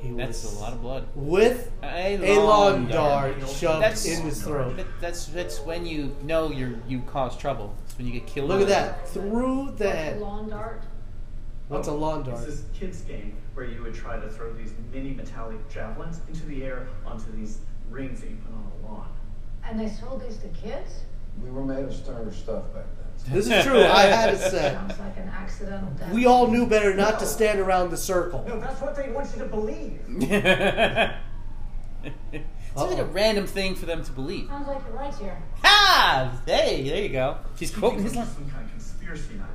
[SPEAKER 2] He
[SPEAKER 3] That's
[SPEAKER 2] was
[SPEAKER 3] a lot of blood.
[SPEAKER 2] with
[SPEAKER 3] A
[SPEAKER 2] a
[SPEAKER 3] long
[SPEAKER 2] long dart
[SPEAKER 7] dart.
[SPEAKER 2] shoved
[SPEAKER 3] That's-
[SPEAKER 2] in his throat.
[SPEAKER 3] That, that's that's when you know you you cause trouble. It's when you get killed.
[SPEAKER 2] Look at
[SPEAKER 3] with it.
[SPEAKER 2] that. Through the
[SPEAKER 6] Like a
[SPEAKER 2] head.
[SPEAKER 6] lawn dart.
[SPEAKER 2] What's a lawn dart?
[SPEAKER 7] Oh, *laughs* It's this kids' game where you would try to throw these mini metallic javelins into the air onto these rings that you put on a lawn.
[SPEAKER 6] And they sold these to kids?
[SPEAKER 5] We were made of sterner stuff back then.
[SPEAKER 2] This is true. I had it said.
[SPEAKER 6] Sounds like an accidental death.
[SPEAKER 2] We all knew better not to stand around
[SPEAKER 9] No,
[SPEAKER 2] the circle.
[SPEAKER 9] that's what they want you to believe.
[SPEAKER 3] Sounds like a
[SPEAKER 2] Uh-oh.
[SPEAKER 3] random thing for them to believe.
[SPEAKER 6] Sounds like you're right here.
[SPEAKER 3] Ha! Hey, there you go. She's
[SPEAKER 7] He
[SPEAKER 3] quoting
[SPEAKER 7] thinks
[SPEAKER 3] his
[SPEAKER 7] I'm
[SPEAKER 3] line.
[SPEAKER 7] Some kind of conspiracy nut.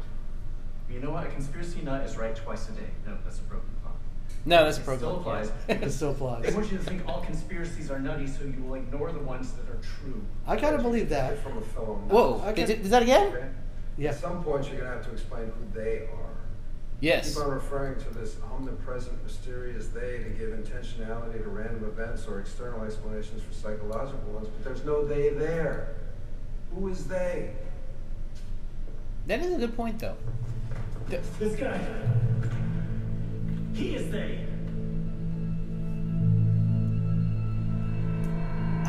[SPEAKER 7] You know what? A conspiracy nut is right twice a day. No, that's a broken clock.
[SPEAKER 3] No, that's a
[SPEAKER 7] It
[SPEAKER 3] pro
[SPEAKER 7] still
[SPEAKER 3] club,
[SPEAKER 7] applies.
[SPEAKER 3] yeah.
[SPEAKER 2] It still
[SPEAKER 7] They
[SPEAKER 2] applies.
[SPEAKER 7] want you to think all conspiracies are nutty, so you will ignore the ones that are true.
[SPEAKER 2] I kind of believe that.
[SPEAKER 5] From a film.
[SPEAKER 3] *laughs* Whoa!
[SPEAKER 2] Okay.
[SPEAKER 3] Is, it, is that again?
[SPEAKER 5] Okay?
[SPEAKER 2] Yeah.
[SPEAKER 5] At some point, you're gonna have to explain who they are.
[SPEAKER 3] Yes.
[SPEAKER 5] Keep on referring to this omnipresent, mysterious they to give intentionality to random events or external explanations for psychological ones, but there's no they there. Who is they?
[SPEAKER 3] That is a good point, though.
[SPEAKER 7] This guy. He is they.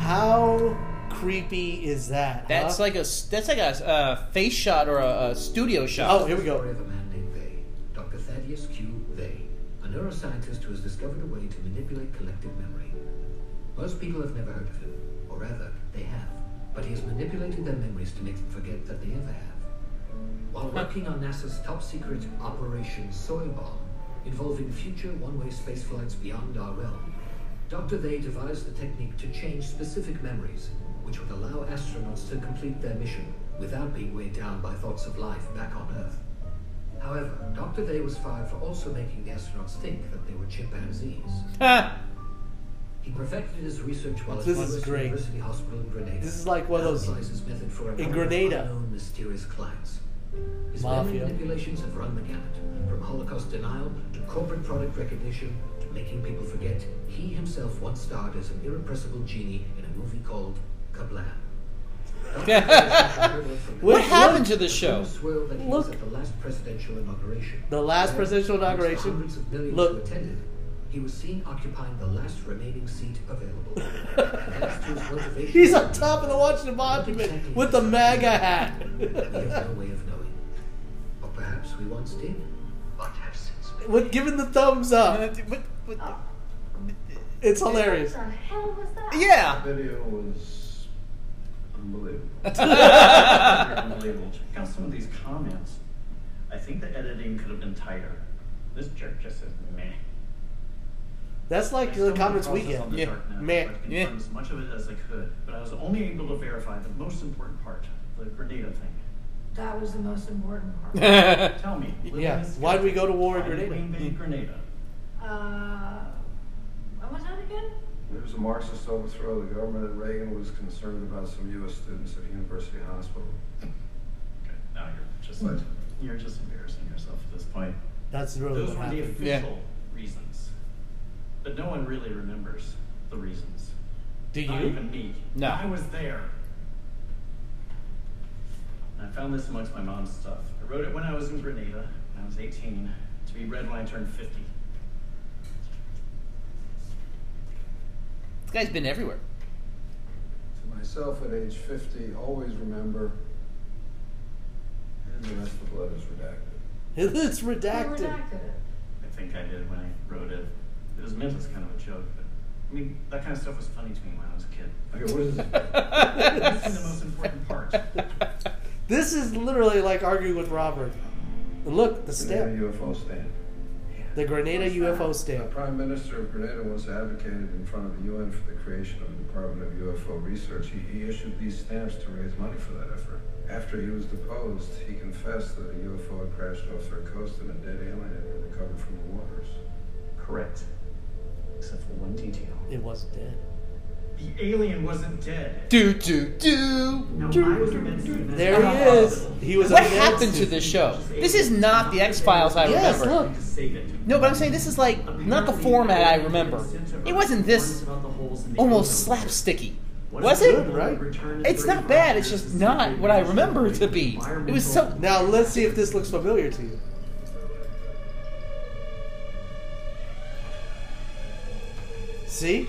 [SPEAKER 2] How creepy is that?
[SPEAKER 3] That's
[SPEAKER 2] huh?
[SPEAKER 3] like a s- that's like a s- uh, face shot or a, a studio shot.
[SPEAKER 2] Oh, here we go.
[SPEAKER 4] of a man named Bay, Dr. Thaddeus Q. Bay, a neuroscientist who has discovered a way to manipulate collective memory. Most people have never heard of him, or rather, they have, but he has manipulated their memories to make them forget that they ever have. While working on NASA's top secret Operation Soy Bomb, involving future one way space flights beyond our realm, Dr. They devised the technique to change specific memories, which would allow astronauts to complete their mission without being weighed down by thoughts of life back on Earth. However, Dr. Day was fired for also making the astronauts think that they were chimpanzees.
[SPEAKER 2] Oh.
[SPEAKER 3] Ha!
[SPEAKER 4] He perfected his research while at
[SPEAKER 2] This
[SPEAKER 4] Lewis
[SPEAKER 2] is great.
[SPEAKER 4] University Hospital in Grenada.
[SPEAKER 2] This is like one of those-
[SPEAKER 4] Analyzed his method for a number of
[SPEAKER 2] Grenada.
[SPEAKER 4] unknown mysterious clients. His
[SPEAKER 2] Mafia.
[SPEAKER 4] memory manipulations have run the gamut, from Holocaust denial to corporate product recognition, to making people forget he himself once starred as an irrepressible genie in a movie called
[SPEAKER 2] *laughs*
[SPEAKER 4] Kablam.
[SPEAKER 3] *laughs* what happened to this show?
[SPEAKER 4] Swirl that he was
[SPEAKER 2] Look.
[SPEAKER 4] at the last presidential inauguration.
[SPEAKER 2] The last
[SPEAKER 4] Where,
[SPEAKER 2] presidential
[SPEAKER 4] amongst the
[SPEAKER 2] inauguration?
[SPEAKER 4] hundreds of millions
[SPEAKER 2] Look.
[SPEAKER 4] who attended, he was seen occupying the last remaining seat
[SPEAKER 2] *laughs*
[SPEAKER 4] available. Thanks to his motivation,
[SPEAKER 2] He's on top of the Washington Monument with the MAGA hat.
[SPEAKER 4] *laughs*
[SPEAKER 3] *laughs*
[SPEAKER 4] We have no way of knowing. Or perhaps we once did, but have since been.
[SPEAKER 2] with giving the thumbs up.
[SPEAKER 3] What- what-
[SPEAKER 2] It's hilarious.
[SPEAKER 6] What the hell was
[SPEAKER 2] *laughs*
[SPEAKER 6] that?
[SPEAKER 3] Yeah.
[SPEAKER 5] Video was
[SPEAKER 7] *laughs*
[SPEAKER 5] unbelievable.
[SPEAKER 7] They're unbelievable. Check out some of these comments. I think the editing could have been tighter. This jerk just says meh.
[SPEAKER 2] That's like the comments we get.
[SPEAKER 3] Yeah.
[SPEAKER 2] Meh.
[SPEAKER 3] Yeah.
[SPEAKER 7] Yeah. As much of it as I could, but I was only able to verify the most important part, the Grenada thing.
[SPEAKER 6] That was the most important
[SPEAKER 3] *laughs*
[SPEAKER 6] part.
[SPEAKER 3] yeah.
[SPEAKER 7] Tell me. living
[SPEAKER 2] Yeah,
[SPEAKER 7] as
[SPEAKER 2] why'd we go to war in
[SPEAKER 7] why did
[SPEAKER 2] Grenada?
[SPEAKER 7] we invade Grenada.
[SPEAKER 6] uh, what was that again?
[SPEAKER 5] There was a Marxist overthrow of the government, and Reagan was concerned about some U.S. students at University Hospital.
[SPEAKER 7] Okay, now you're just
[SPEAKER 2] Hmm.
[SPEAKER 5] What?
[SPEAKER 7] you're just embarrassing yourself at this point.
[SPEAKER 2] That's really
[SPEAKER 7] Those
[SPEAKER 2] what
[SPEAKER 7] were the
[SPEAKER 2] happened.
[SPEAKER 7] official
[SPEAKER 3] Yeah.
[SPEAKER 7] reasons, but no one really remembers the reasons.
[SPEAKER 2] Do
[SPEAKER 7] Not
[SPEAKER 2] you?
[SPEAKER 7] even me.
[SPEAKER 3] No.
[SPEAKER 7] I was there. And I found this amongst my mom's stuff. I wrote it when I was in Grenada, when I was 18, to be read when I turned 50.
[SPEAKER 3] This guy's been everywhere.
[SPEAKER 5] To myself at age 50, always remember, and the rest of the blood is redacted.
[SPEAKER 2] *laughs* It's
[SPEAKER 6] You
[SPEAKER 2] redacted.
[SPEAKER 6] redacted it.
[SPEAKER 7] I think I did when I wrote it. It was meant as kind of a joke, but I mean, that kind of stuff was funny to me when I was a kid.
[SPEAKER 5] Okay, what
[SPEAKER 3] *laughs*
[SPEAKER 5] is this?
[SPEAKER 7] *laughs* This is the most important part.
[SPEAKER 2] This is literally like arguing with Robert. And look, the
[SPEAKER 5] They had a
[SPEAKER 2] step.
[SPEAKER 5] UFO stand.
[SPEAKER 2] The Grenada UFO
[SPEAKER 5] The
[SPEAKER 2] stamp.
[SPEAKER 5] Prime Minister of Grenada once advocated in front of the UN for the creation of a Department of UFO Research. He, he issued these stamps to raise money for that effort. After he was deposed, he confessed that a UFO had crashed off their coast and a dead alien had been recovered from the waters.
[SPEAKER 7] Correct. Except for one detail.
[SPEAKER 2] It wasn't dead.
[SPEAKER 7] The alien wasn't dead.
[SPEAKER 3] Do do do.
[SPEAKER 7] No,
[SPEAKER 3] do,
[SPEAKER 7] I was meant to be mentioned.
[SPEAKER 2] There he is. He was.
[SPEAKER 3] What
[SPEAKER 2] a med
[SPEAKER 3] happened to
[SPEAKER 2] student.
[SPEAKER 3] this show? This is not the X Files I
[SPEAKER 2] Yes,
[SPEAKER 3] remember.
[SPEAKER 2] look.
[SPEAKER 7] To save it.
[SPEAKER 3] No, but I'm saying this is like not the format I remember. It wasn't this almost slapsticky, was it?
[SPEAKER 2] Good, right?
[SPEAKER 3] It's not bad. It's just not what I remember it to be. It was so.
[SPEAKER 2] Now let's see if this looks familiar to you. See,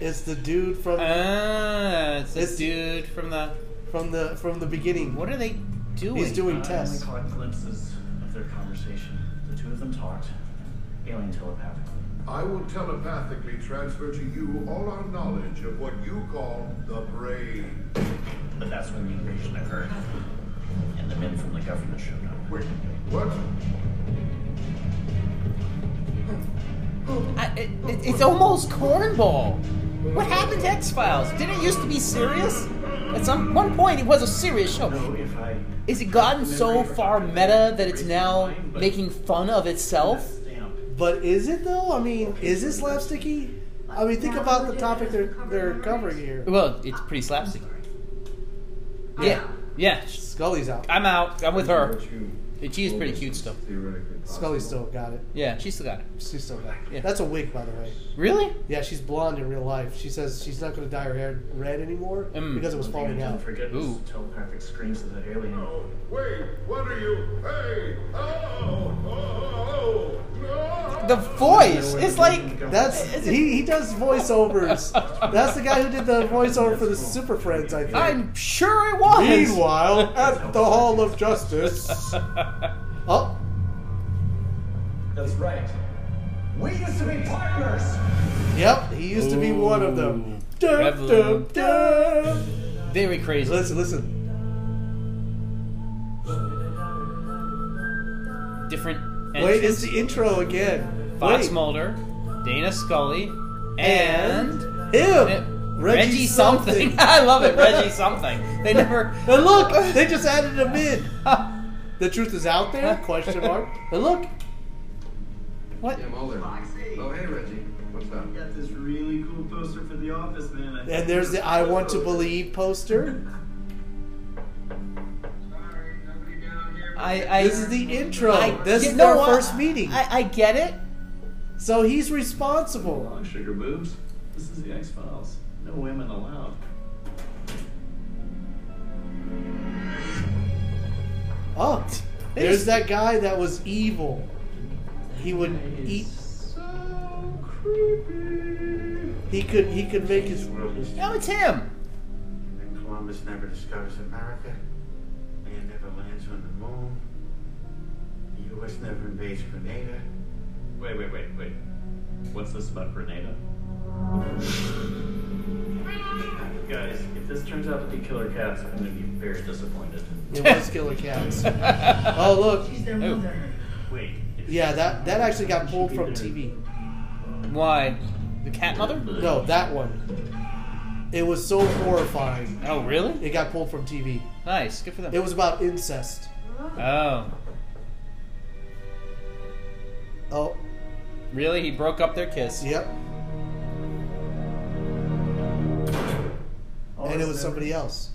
[SPEAKER 2] it's the dude from
[SPEAKER 3] Uh, Ah, it's
[SPEAKER 2] It's-
[SPEAKER 3] this dude from the.
[SPEAKER 2] from the from the beginning.
[SPEAKER 3] What are they doing?
[SPEAKER 2] He's doing
[SPEAKER 7] Uh, I only
[SPEAKER 2] tests.
[SPEAKER 7] caught glimpses of their conversation. The two of them talked, alien telepathically.
[SPEAKER 12] I will telepathically transfer to you all our knowledge of what you call the brain.
[SPEAKER 7] But that's when the invasion occurred. And the men from the government showed up.
[SPEAKER 12] Wait, what?
[SPEAKER 3] I, it, it- it's almost cornball. What happened to X Files? Didn't it used to be serious? At some one point, it was a serious show.
[SPEAKER 7] No, if I
[SPEAKER 3] Is it gotten so far meta that it's now making fun of itself?
[SPEAKER 7] stamp
[SPEAKER 2] But is it though? I mean, is it slapsticky? I mean, think about the topic they're they're covering here.
[SPEAKER 3] Well, it's pretty slapstick. Yeah, yeah. sh-
[SPEAKER 2] Scully's out.
[SPEAKER 3] I'm out. I'm with her.
[SPEAKER 5] What you-
[SPEAKER 3] And she's pretty cute still.
[SPEAKER 5] Theoretically possible.
[SPEAKER 2] Scully still got it.
[SPEAKER 3] Yeah, she still got it.
[SPEAKER 2] She still got it.
[SPEAKER 3] Yeah.
[SPEAKER 2] That's a wig, by the way.
[SPEAKER 3] Really?
[SPEAKER 2] Yeah, she's blonde in real life. She says she's not going to dye her hair red anymore
[SPEAKER 3] Mm.
[SPEAKER 2] because it was falling out.
[SPEAKER 7] Forget
[SPEAKER 3] Ooh.
[SPEAKER 7] telepathic screams of the alien.
[SPEAKER 12] No, wait, what are you? Hey, oh, oh, oh, no!
[SPEAKER 3] The voice is like.
[SPEAKER 2] That's he, he does voiceovers. That's the guy who did the voiceover for the Super Friends, I think.
[SPEAKER 3] I'm sure it was.
[SPEAKER 2] Meanwhile, at the Hall of
[SPEAKER 3] *laughs*
[SPEAKER 2] Justice. Oh,
[SPEAKER 13] That's right. We used to be partners.
[SPEAKER 2] yep, he used to be one of them. Dum, dum,
[SPEAKER 3] Revelin.
[SPEAKER 2] dum.
[SPEAKER 3] Very crazy.
[SPEAKER 2] Listen, listen.
[SPEAKER 3] Different.
[SPEAKER 2] Wait,
[SPEAKER 3] entrance.
[SPEAKER 2] it's the intro again.
[SPEAKER 3] Fox
[SPEAKER 2] Wait,
[SPEAKER 3] Mulder, Dana Scully, and,
[SPEAKER 2] him,
[SPEAKER 3] Reggie, something. *laughs* I love it, Reggie something. *laughs* They never.
[SPEAKER 2] And look, they just added him in. The truth is out
[SPEAKER 3] *laughs*
[SPEAKER 2] there? Question mark. And look,
[SPEAKER 3] what?
[SPEAKER 5] Yeah, Mulder. Oh, hey, Reggie. What's up?
[SPEAKER 8] I got this really cool poster for the office, man. I
[SPEAKER 2] and there's the "I want to believe" poster.
[SPEAKER 5] Sorry, nobody down here.
[SPEAKER 3] I, I,
[SPEAKER 2] This is the intro. this
[SPEAKER 3] you
[SPEAKER 2] is
[SPEAKER 3] know
[SPEAKER 2] their
[SPEAKER 3] what?
[SPEAKER 2] first meeting,
[SPEAKER 3] I, I get it.
[SPEAKER 2] so he's responsible.
[SPEAKER 8] Long sugar boobs. This is the X Files. No women allowed.
[SPEAKER 2] Oh, there's that guy that was evil. He would eat.
[SPEAKER 8] So creepy.
[SPEAKER 2] He could. He could make
[SPEAKER 3] *laughs*
[SPEAKER 2] his.
[SPEAKER 8] World history.
[SPEAKER 3] No, it's him.
[SPEAKER 8] And then Columbus never discovers America. Man never lands on the moon. The U.S. never invades Grenada.
[SPEAKER 7] Wait, wait, wait, wait. What's this about Grenada? Guys, if this turns out to be Killer Cats, I'm gonna be very disappointed.
[SPEAKER 2] It was killer cats. Oh look.
[SPEAKER 6] She's their mother.
[SPEAKER 7] Wait. if-
[SPEAKER 2] Yeah, that that actually got pulled from TV.
[SPEAKER 3] Why? The cat mother?
[SPEAKER 2] No, that one. It was so horrifying.
[SPEAKER 3] Oh, really?
[SPEAKER 2] It got pulled from TV.
[SPEAKER 3] Nice. Good for them.
[SPEAKER 2] It was about incest.
[SPEAKER 3] oh,
[SPEAKER 2] Oh,
[SPEAKER 3] really? He broke up their kiss.
[SPEAKER 2] yep. And it was somebody else.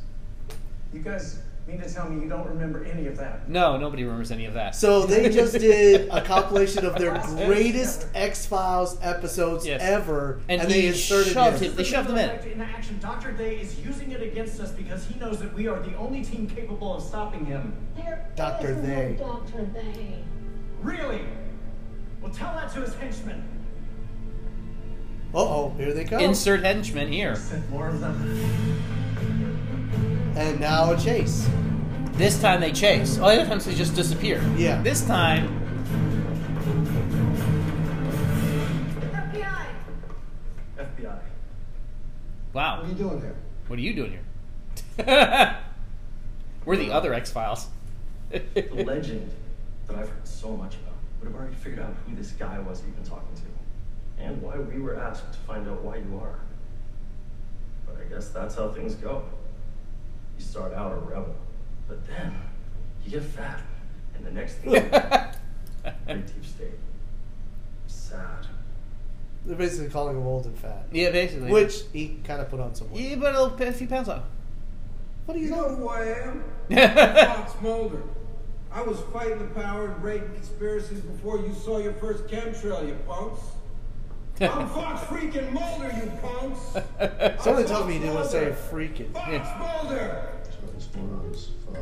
[SPEAKER 13] You guys mean to tell me you don't remember any of that?
[SPEAKER 3] No, nobody remembers any of that.
[SPEAKER 2] So they just did a compilation of
[SPEAKER 3] *laughs*
[SPEAKER 2] their greatest X Files episodes
[SPEAKER 3] Yes.
[SPEAKER 2] ever,
[SPEAKER 3] And
[SPEAKER 2] and,
[SPEAKER 3] he
[SPEAKER 2] they inserted
[SPEAKER 3] shoved
[SPEAKER 2] him.
[SPEAKER 3] They shoved them in.
[SPEAKER 13] In action, Dr. Day is using it against us because he knows that we are the only team capable of stopping him.
[SPEAKER 6] There
[SPEAKER 2] Dr.
[SPEAKER 6] is no
[SPEAKER 2] They.
[SPEAKER 6] Dr. They.
[SPEAKER 13] Really? Well, tell that to his henchmen.
[SPEAKER 2] Uh oh, here they come!
[SPEAKER 3] Insert henchman here.
[SPEAKER 13] Send more of them.
[SPEAKER 2] and now a chase.
[SPEAKER 3] This time they chase. All the other times they just disappear.
[SPEAKER 2] Yeah.
[SPEAKER 3] This time,
[SPEAKER 6] FBI!
[SPEAKER 13] FBI.
[SPEAKER 3] wow.
[SPEAKER 5] What are you doing here?
[SPEAKER 3] What are you doing here? *laughs* We're the other X Files. *laughs*
[SPEAKER 7] The legend that I've heard so much about. would have already figured out who this guy was that you've been talking to, and why we were asked to find out why you are. But I guess that's how things go. You start out a rebel, but then you get fat, and the next thing
[SPEAKER 3] *laughs*
[SPEAKER 7] you know, you're deep state. Sad.
[SPEAKER 2] They're basically calling him old and fat.
[SPEAKER 3] Yeah, basically.
[SPEAKER 2] Which he kind of put on some weight.
[SPEAKER 3] Yeah, but a, little- a few pounds off.
[SPEAKER 2] What do
[SPEAKER 12] You
[SPEAKER 2] you
[SPEAKER 12] know
[SPEAKER 2] know?
[SPEAKER 12] who I
[SPEAKER 3] *laughs*
[SPEAKER 12] am? Fox Mulder. I was fighting the power and rape conspiracies before you saw your first chemtrail, you
[SPEAKER 3] *laughs*
[SPEAKER 12] punks. I'm Fox freaking Mulder, you punks.
[SPEAKER 2] Something tells me he didn't want to say freaking.
[SPEAKER 12] Fox Mulder.
[SPEAKER 14] uh,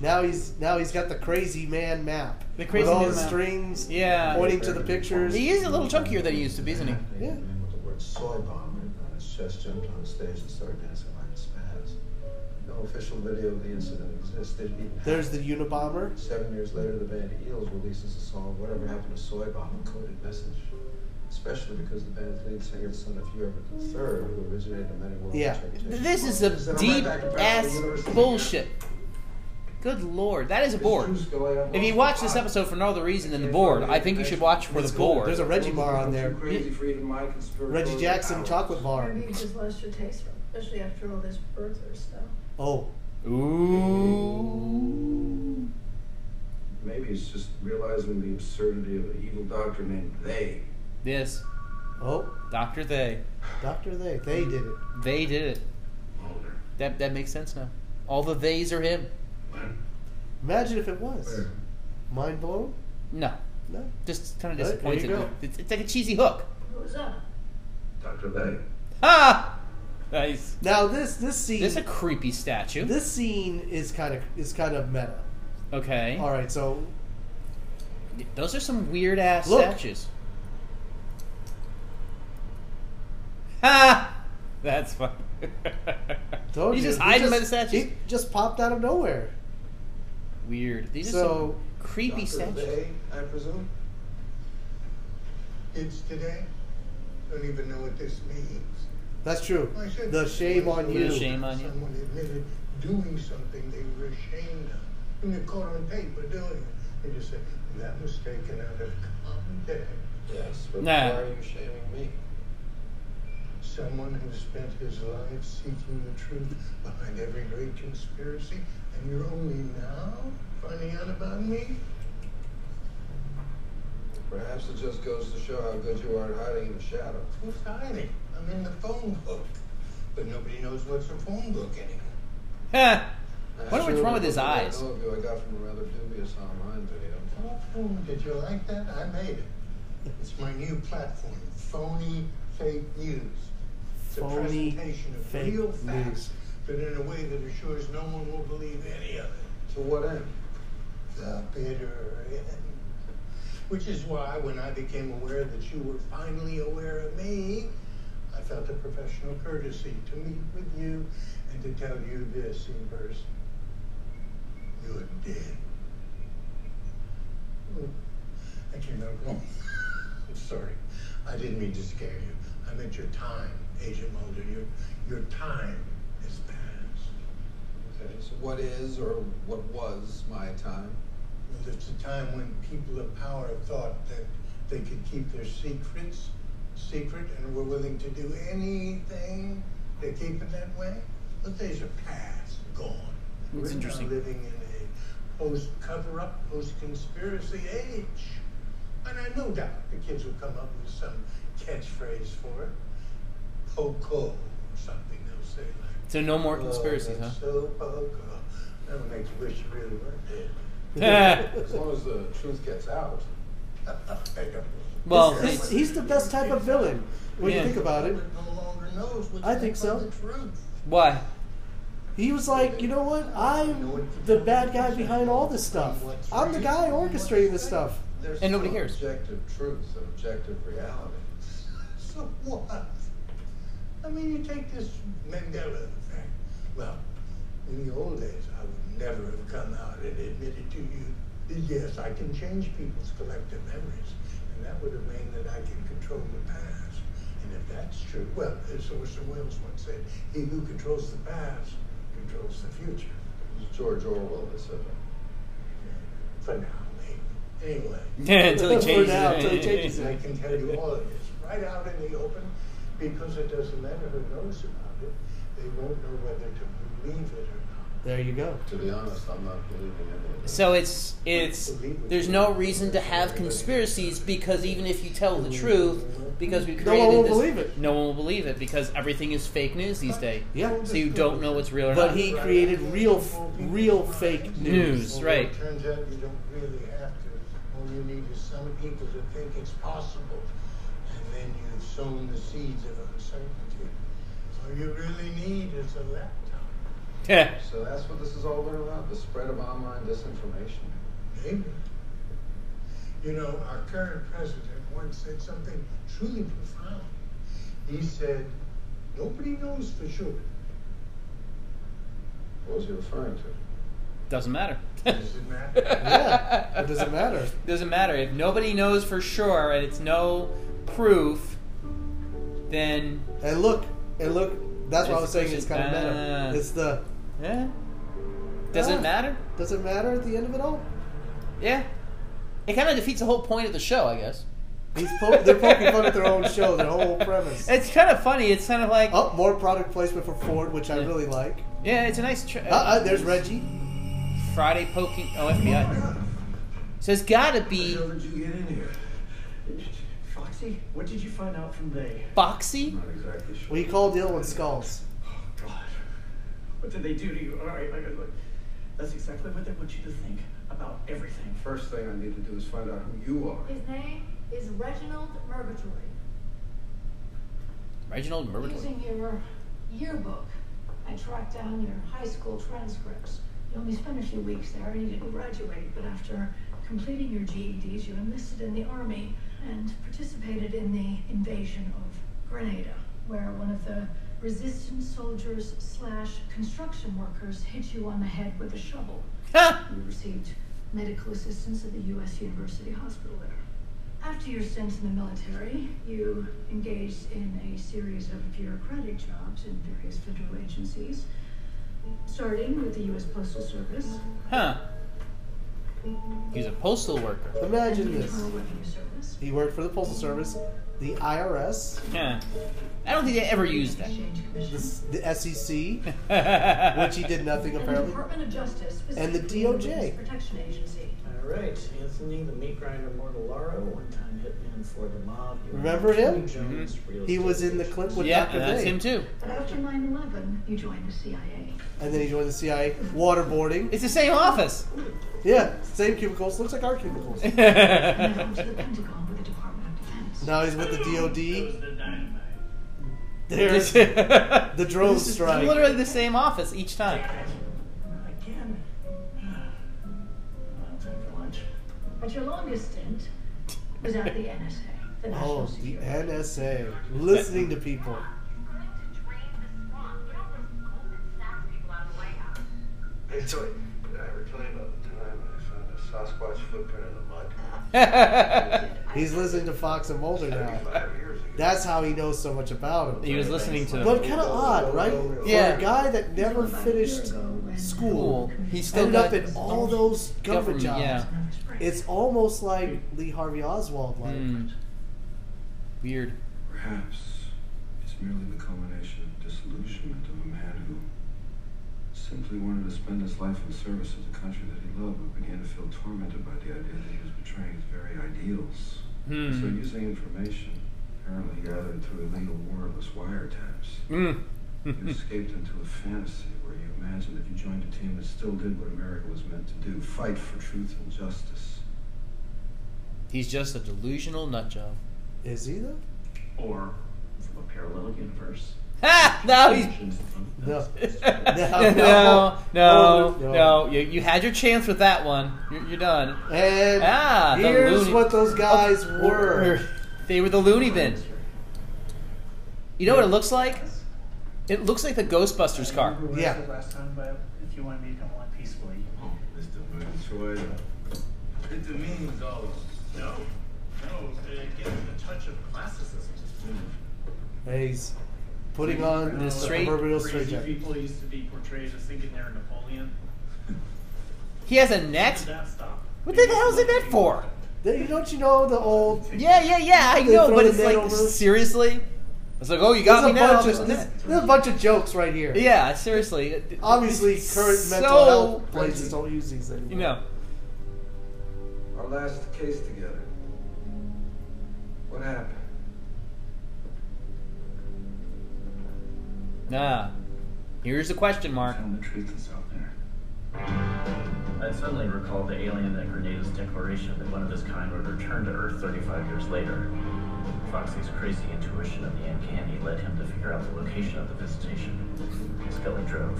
[SPEAKER 2] Now he's now he's got the crazy man map.
[SPEAKER 3] The crazy
[SPEAKER 2] with all
[SPEAKER 3] man
[SPEAKER 2] the
[SPEAKER 3] map.
[SPEAKER 2] strings
[SPEAKER 3] Yeah.
[SPEAKER 2] pointing to the pictures.
[SPEAKER 3] Uh, He is a little chunkier than he used to be, isn't he?
[SPEAKER 2] Yeah.
[SPEAKER 14] man with the word soy bomb written on his chest jumped on stage and started dancing like a spaz. No official video of the incident existed. Even
[SPEAKER 2] There's the Unabomber.
[SPEAKER 14] Seven years later, the band Eels releases the song Whatever Happened to Soy Bomb, a coded message. Especially because the band's lead singer, son of Hugh Everett III, who originated the many world
[SPEAKER 2] Yeah.
[SPEAKER 3] This is some deep ass bullshit. Good lord, that is a board. If you watch this episode for no other reason than the board, I think you should watch for the
[SPEAKER 2] It's cool.
[SPEAKER 3] board.
[SPEAKER 2] There's a Reggie bar on there.
[SPEAKER 12] Crazy freedom, my conspiratorial
[SPEAKER 2] Reggie Jackson
[SPEAKER 12] powers.
[SPEAKER 2] chocolate bar.
[SPEAKER 6] Maybe you just lost your taste for it, especially after all this birther stuff.
[SPEAKER 2] Oh,
[SPEAKER 3] Ooh.
[SPEAKER 12] Maybe it's just realizing the absurdity of an evil doctor named They.
[SPEAKER 3] This.
[SPEAKER 2] oh,
[SPEAKER 3] Doctor They.
[SPEAKER 2] Doctor They. They did it.
[SPEAKER 3] They did it.
[SPEAKER 15] Mulder.
[SPEAKER 3] That that makes sense now. All the theys are him.
[SPEAKER 15] When?
[SPEAKER 2] Imagine if it was. Mind blown?
[SPEAKER 3] No.
[SPEAKER 2] No.
[SPEAKER 3] Just kind of
[SPEAKER 2] Right, there you
[SPEAKER 3] disappointed.
[SPEAKER 2] go.
[SPEAKER 3] It's, it's like a cheesy hook.
[SPEAKER 6] Who's up?
[SPEAKER 14] Dr. Lay.
[SPEAKER 3] Ha! Nice.
[SPEAKER 2] Now this this scene
[SPEAKER 3] Ah! This is a creepy statue.
[SPEAKER 2] this scene is kind of is kind of meta.
[SPEAKER 3] okay.
[SPEAKER 2] All right, so
[SPEAKER 3] Those are some weird ass
[SPEAKER 2] Look.
[SPEAKER 3] statues. Ha! That's fun.
[SPEAKER 2] *laughs* told
[SPEAKER 3] He's
[SPEAKER 2] you,
[SPEAKER 3] just
[SPEAKER 2] he
[SPEAKER 3] hiding by the statues.
[SPEAKER 2] He just popped out of nowhere.
[SPEAKER 3] Weird. These
[SPEAKER 2] So-
[SPEAKER 3] are some creepy
[SPEAKER 14] Dr.
[SPEAKER 3] statues.
[SPEAKER 14] Lay, I presume?
[SPEAKER 5] Kids today don't even know what this means.
[SPEAKER 2] That's true.
[SPEAKER 5] I said
[SPEAKER 2] The shame on
[SPEAKER 3] The
[SPEAKER 2] you.
[SPEAKER 3] shame on you.
[SPEAKER 5] Someone admitted doing something they were ashamed of. And they caught on paper doing it. They just said, that was taken out of context.
[SPEAKER 14] Yes, but
[SPEAKER 3] Nah.
[SPEAKER 14] why are you shaming me?
[SPEAKER 5] Someone who spent his life seeking the truth behind every great conspiracy, and you're only now finding out about me?
[SPEAKER 14] Perhaps it just goes to show how good you are at hiding in the shadow.
[SPEAKER 5] Who's hiding? I'm in the phone book. But nobody knows what's a phone book anymore.
[SPEAKER 3] Ha!
[SPEAKER 14] I
[SPEAKER 3] Wonder what's
[SPEAKER 14] surely
[SPEAKER 3] wrong with his
[SPEAKER 14] don't really
[SPEAKER 3] eyes.
[SPEAKER 14] know of you. I got from a rather dubious online video.
[SPEAKER 5] Oh, did you like that? I made it. It's my new platform, phony fake news. It's a
[SPEAKER 2] Phony
[SPEAKER 5] presentation of
[SPEAKER 2] fake
[SPEAKER 5] real facts,
[SPEAKER 2] news.
[SPEAKER 5] but in a way that assures no one will believe any of it.
[SPEAKER 14] To what end?
[SPEAKER 5] The bitter end. Which is why when I became aware that you were finally aware of me, I felt the professional courtesy to meet with you and to tell you this in person. You're dead. Ooh, I came out wrong. I'm *laughs* sorry. I didn't mean to scare you. I meant your time, Agent Mulder. Your, your time is past.
[SPEAKER 14] Okay, so what is or what was my time?
[SPEAKER 5] It's a time when people of power thought that they could keep their secrets secret and were willing to do anything to keep it that way. Those days are past, gone.
[SPEAKER 3] That's
[SPEAKER 5] We're now
[SPEAKER 3] interesting.
[SPEAKER 5] living in a post cover up, post conspiracy age. And I no doubt the kids will come up with some catchphrase for it. Coco, or something they'll say like
[SPEAKER 3] So no more
[SPEAKER 5] Oh,
[SPEAKER 3] conspiracies, huh?
[SPEAKER 5] that's So Coco. That would make you wish you really were dead.
[SPEAKER 14] As
[SPEAKER 5] *laughs*
[SPEAKER 14] long as the truth gets out.
[SPEAKER 3] *laughs* well,
[SPEAKER 2] He's- he's, he's the best type of villain when
[SPEAKER 3] Yeah.
[SPEAKER 2] you think about it.
[SPEAKER 5] No longer knows what's
[SPEAKER 2] I think so.
[SPEAKER 5] The truth.
[SPEAKER 3] why?
[SPEAKER 2] He was like, you know what? I'm the bad guy behind all this stuff. I'm the guy orchestrating this stuff.
[SPEAKER 14] There's
[SPEAKER 3] And nobody
[SPEAKER 14] still
[SPEAKER 3] cares.
[SPEAKER 14] Objective truth and objective reality.
[SPEAKER 5] *laughs* So what? I mean, you take this Mandela thing. Well, in the old days, I would never have come out and admitted to you, that, yes, I can change people's collective memories. And that would have meant that I can control the past. And if that's true, well, as Orson Welles once said, he who controls the past controls the future.
[SPEAKER 12] was George Orwell that said that.
[SPEAKER 5] For now, maybe. Anyway.
[SPEAKER 3] *laughs* Until he
[SPEAKER 5] For
[SPEAKER 3] changes
[SPEAKER 5] now,
[SPEAKER 3] it.
[SPEAKER 5] until he changes it. I can tell you all of this right out in the open because it doesn't matter who knows about it. They won't know whether to believe it or not.
[SPEAKER 2] There you go.
[SPEAKER 12] To be honest, I'm not believing any of it.
[SPEAKER 3] So it's it's there's no reason to have conspiracies because even if you tell the truth, because we
[SPEAKER 2] No
[SPEAKER 3] created
[SPEAKER 2] one will
[SPEAKER 3] this,
[SPEAKER 2] believe it.
[SPEAKER 3] No one will believe it because everything is fake news these days.
[SPEAKER 2] Yeah.
[SPEAKER 3] So you don't know what's real or
[SPEAKER 2] But
[SPEAKER 3] not.
[SPEAKER 2] he created real, real fake news.
[SPEAKER 3] News, right?
[SPEAKER 5] Turns out you don't really have to. All you need is some people to think it's possible. And then you've sown the seeds of uncertainty. All you really need is a laptop.
[SPEAKER 12] So that's what this has all been about, the spread of online disinformation.
[SPEAKER 5] Maybe. You know, our current president once said something truly profound. He said, Nobody knows for sure.
[SPEAKER 12] What was he referring to?
[SPEAKER 3] *laughs* Doesn't matter.
[SPEAKER 5] Does it matter?
[SPEAKER 2] yeah. It doesn't matter.
[SPEAKER 3] *laughs* Doesn't matter. If nobody knows for sure and it's no proof, then
[SPEAKER 2] And look, and look. That's what I
[SPEAKER 3] It's
[SPEAKER 2] was saying. It's kind of meta.
[SPEAKER 3] bad.
[SPEAKER 2] It's the
[SPEAKER 3] yeah. eh, Does it
[SPEAKER 2] Ah.
[SPEAKER 3] matter?
[SPEAKER 2] does it matter at the end of it all?
[SPEAKER 3] Yeah. It kind of defeats the whole point of the show, I guess.
[SPEAKER 2] He's po- they're poking fun at their own show, their whole premise.
[SPEAKER 3] It's kind of funny. It's kind of like
[SPEAKER 2] Oh, more product placement for Ford, which I really like.
[SPEAKER 3] yeah, it's a nice. Tra-
[SPEAKER 2] Uh, uh, there's Reggie.
[SPEAKER 3] Friday poking. Oh, FBI. So it's got to be
[SPEAKER 12] How did you get in here?
[SPEAKER 7] Foxy, what did you find out from they?
[SPEAKER 3] Foxy.
[SPEAKER 12] Not exactly sure.
[SPEAKER 2] Well, he called the other one Skulls.
[SPEAKER 7] God, what did they do to you? All right, I, I, look, that's exactly what they want you to think about everything.
[SPEAKER 12] First thing I need to do is find out who you are.
[SPEAKER 6] His name is Reginald Murgatroyd.
[SPEAKER 3] Reginald Murgatroyd.
[SPEAKER 6] Using your yearbook, I tracked down your high school transcripts. You only spent a few weeks there and you didn't graduate, but after completing your GEDs, you enlisted in the army and participated in the invasion of Grenada, where one of the resistance soldiers slash construction workers hit you on the head with a shovel. You received medical assistance at the U.S. University Hospital there. After your stint in the military, you engaged in a series of bureaucratic jobs in various federal agencies, starting with the U.S. Postal Service
[SPEAKER 3] Huh. He's a postal worker.
[SPEAKER 2] Imagine
[SPEAKER 6] and the
[SPEAKER 2] this.
[SPEAKER 6] Internal Revenue Service.
[SPEAKER 2] He worked for the Postal Service, the IRS,
[SPEAKER 3] Yeah. I don't think they ever used *laughs*
[SPEAKER 6] Exchange
[SPEAKER 2] the,
[SPEAKER 6] Commission.
[SPEAKER 2] s- the SEC,
[SPEAKER 3] that.
[SPEAKER 2] which he did nothing
[SPEAKER 6] And the
[SPEAKER 2] apparently.
[SPEAKER 6] Department of Justice,
[SPEAKER 2] And the
[SPEAKER 6] specifically Witness
[SPEAKER 2] DOJ.
[SPEAKER 6] Protection Agency.
[SPEAKER 7] All right, Anthony, the meat grinder Mortellaro, one-time hitman for the mob. You
[SPEAKER 2] Remember
[SPEAKER 7] were
[SPEAKER 2] him?
[SPEAKER 7] Tony Jones, real
[SPEAKER 2] He was
[SPEAKER 7] estate
[SPEAKER 2] in the
[SPEAKER 7] agent.
[SPEAKER 2] clip with
[SPEAKER 3] yeah,
[SPEAKER 2] Dr.
[SPEAKER 3] and that's
[SPEAKER 2] Dre.
[SPEAKER 3] him too.
[SPEAKER 6] But after 9/11, you joined the CIA.
[SPEAKER 2] And then he joined the CIA. Waterboarding.
[SPEAKER 3] It's the
[SPEAKER 2] *laughs*
[SPEAKER 3] same office. *laughs*
[SPEAKER 2] Yeah, same cubicles. Looks like our cubicles.
[SPEAKER 6] And then on to the Pentagon with the Department of Defense.
[SPEAKER 2] Now he's with the DOD.
[SPEAKER 16] the dynamite.
[SPEAKER 2] There's the
[SPEAKER 3] *laughs*
[SPEAKER 2] drone
[SPEAKER 3] It's
[SPEAKER 2] strike.
[SPEAKER 3] literally the same office each time. *laughs*
[SPEAKER 7] Again. Uh, Time for lunch.
[SPEAKER 6] But your longest stint was at the NSA, the National
[SPEAKER 2] Oh, the
[SPEAKER 6] Security.
[SPEAKER 2] NSA. Listening to people.
[SPEAKER 12] Hey, so I reclaimed about the time I found a Sasquatch footprint in the mud.
[SPEAKER 2] He's listening to Fox and Mulder now.
[SPEAKER 12] Five years ago.
[SPEAKER 2] That's how he knows so much about him.
[SPEAKER 3] he was listening to
[SPEAKER 2] But kind of odd, right?
[SPEAKER 3] Yeah.
[SPEAKER 2] For a guy that never
[SPEAKER 6] About a year
[SPEAKER 2] finished
[SPEAKER 6] ago when-
[SPEAKER 2] school,
[SPEAKER 3] He's still
[SPEAKER 2] ended
[SPEAKER 3] got
[SPEAKER 2] up in all those government
[SPEAKER 3] government,
[SPEAKER 2] jobs.
[SPEAKER 3] yeah.
[SPEAKER 6] Another spring.
[SPEAKER 2] It's almost like Lee Harvey Oswald, like
[SPEAKER 3] Hmm. Weird.
[SPEAKER 12] Perhaps it's merely the culmination of disillusionment of a man who simply wanted to spend his life in service of the country that he loved, but began to feel tormented by the idea that he was betraying his very ideals. So,
[SPEAKER 3] Hmm.
[SPEAKER 12] using information apparently gathered through illegal warrantless wiretaps,
[SPEAKER 3] Mm.
[SPEAKER 12] you escaped into a fantasy where you imagined that you joined a team that still did what America was meant to do fight for truth and justice.
[SPEAKER 3] *laughs* He's just a delusional nut job.
[SPEAKER 2] is he though?
[SPEAKER 7] Or from a parallel universe.
[SPEAKER 3] Ha! *laughs* No, he's. *laughs*
[SPEAKER 2] No. Oh,
[SPEAKER 3] No, no, no, You, you had your chance with that one. You're, you're done.
[SPEAKER 2] And
[SPEAKER 3] Ah, the
[SPEAKER 2] here's
[SPEAKER 3] loony-
[SPEAKER 2] what those guys were.
[SPEAKER 3] er, They were the loony bin. You know what it looks like? It looks like the Ghostbusters car.
[SPEAKER 7] Remember what I
[SPEAKER 2] Yeah.
[SPEAKER 7] said Last time, but if you want me to come along peacefully,
[SPEAKER 5] Oh,
[SPEAKER 17] Mr. Murgatroyd, it demeans all of us.
[SPEAKER 16] oh, No, no, it gives it a touch of classicism.
[SPEAKER 2] And he's putting on
[SPEAKER 3] The
[SPEAKER 2] the
[SPEAKER 3] straight-
[SPEAKER 2] proverbial
[SPEAKER 16] Crazy
[SPEAKER 2] straitjacket.
[SPEAKER 16] people used to be portrayed as thinking they're Napoleon.
[SPEAKER 3] He has a net? What the hell's a net for?
[SPEAKER 2] They- Don't you know the old?
[SPEAKER 3] Oh, Yeah, yeah, yeah, I
[SPEAKER 2] They
[SPEAKER 3] know,
[SPEAKER 2] throw
[SPEAKER 3] but
[SPEAKER 2] the
[SPEAKER 3] it's
[SPEAKER 2] net
[SPEAKER 3] like,
[SPEAKER 2] over.
[SPEAKER 3] seriously? It's like, oh, you got
[SPEAKER 2] There's a
[SPEAKER 3] me now.
[SPEAKER 2] bunch of-
[SPEAKER 3] there's a
[SPEAKER 2] there's-
[SPEAKER 3] net.
[SPEAKER 2] there's a bunch of jokes right here.
[SPEAKER 3] Yeah, seriously.
[SPEAKER 2] Obviously,
[SPEAKER 3] It's
[SPEAKER 2] current mental
[SPEAKER 3] so
[SPEAKER 2] health places don't use these anymore.
[SPEAKER 3] You know,
[SPEAKER 5] Our last case together. What happened?
[SPEAKER 3] nah. Here's the
[SPEAKER 2] *laughs*
[SPEAKER 3] question mark. *laughs*
[SPEAKER 7] I suddenly recalled the alien that Grenada's declaration that one of his kind would return to Earth 35 years later. Foxy's crazy intuition of the uncanny led him to figure out the location of the visitation. Scully drove.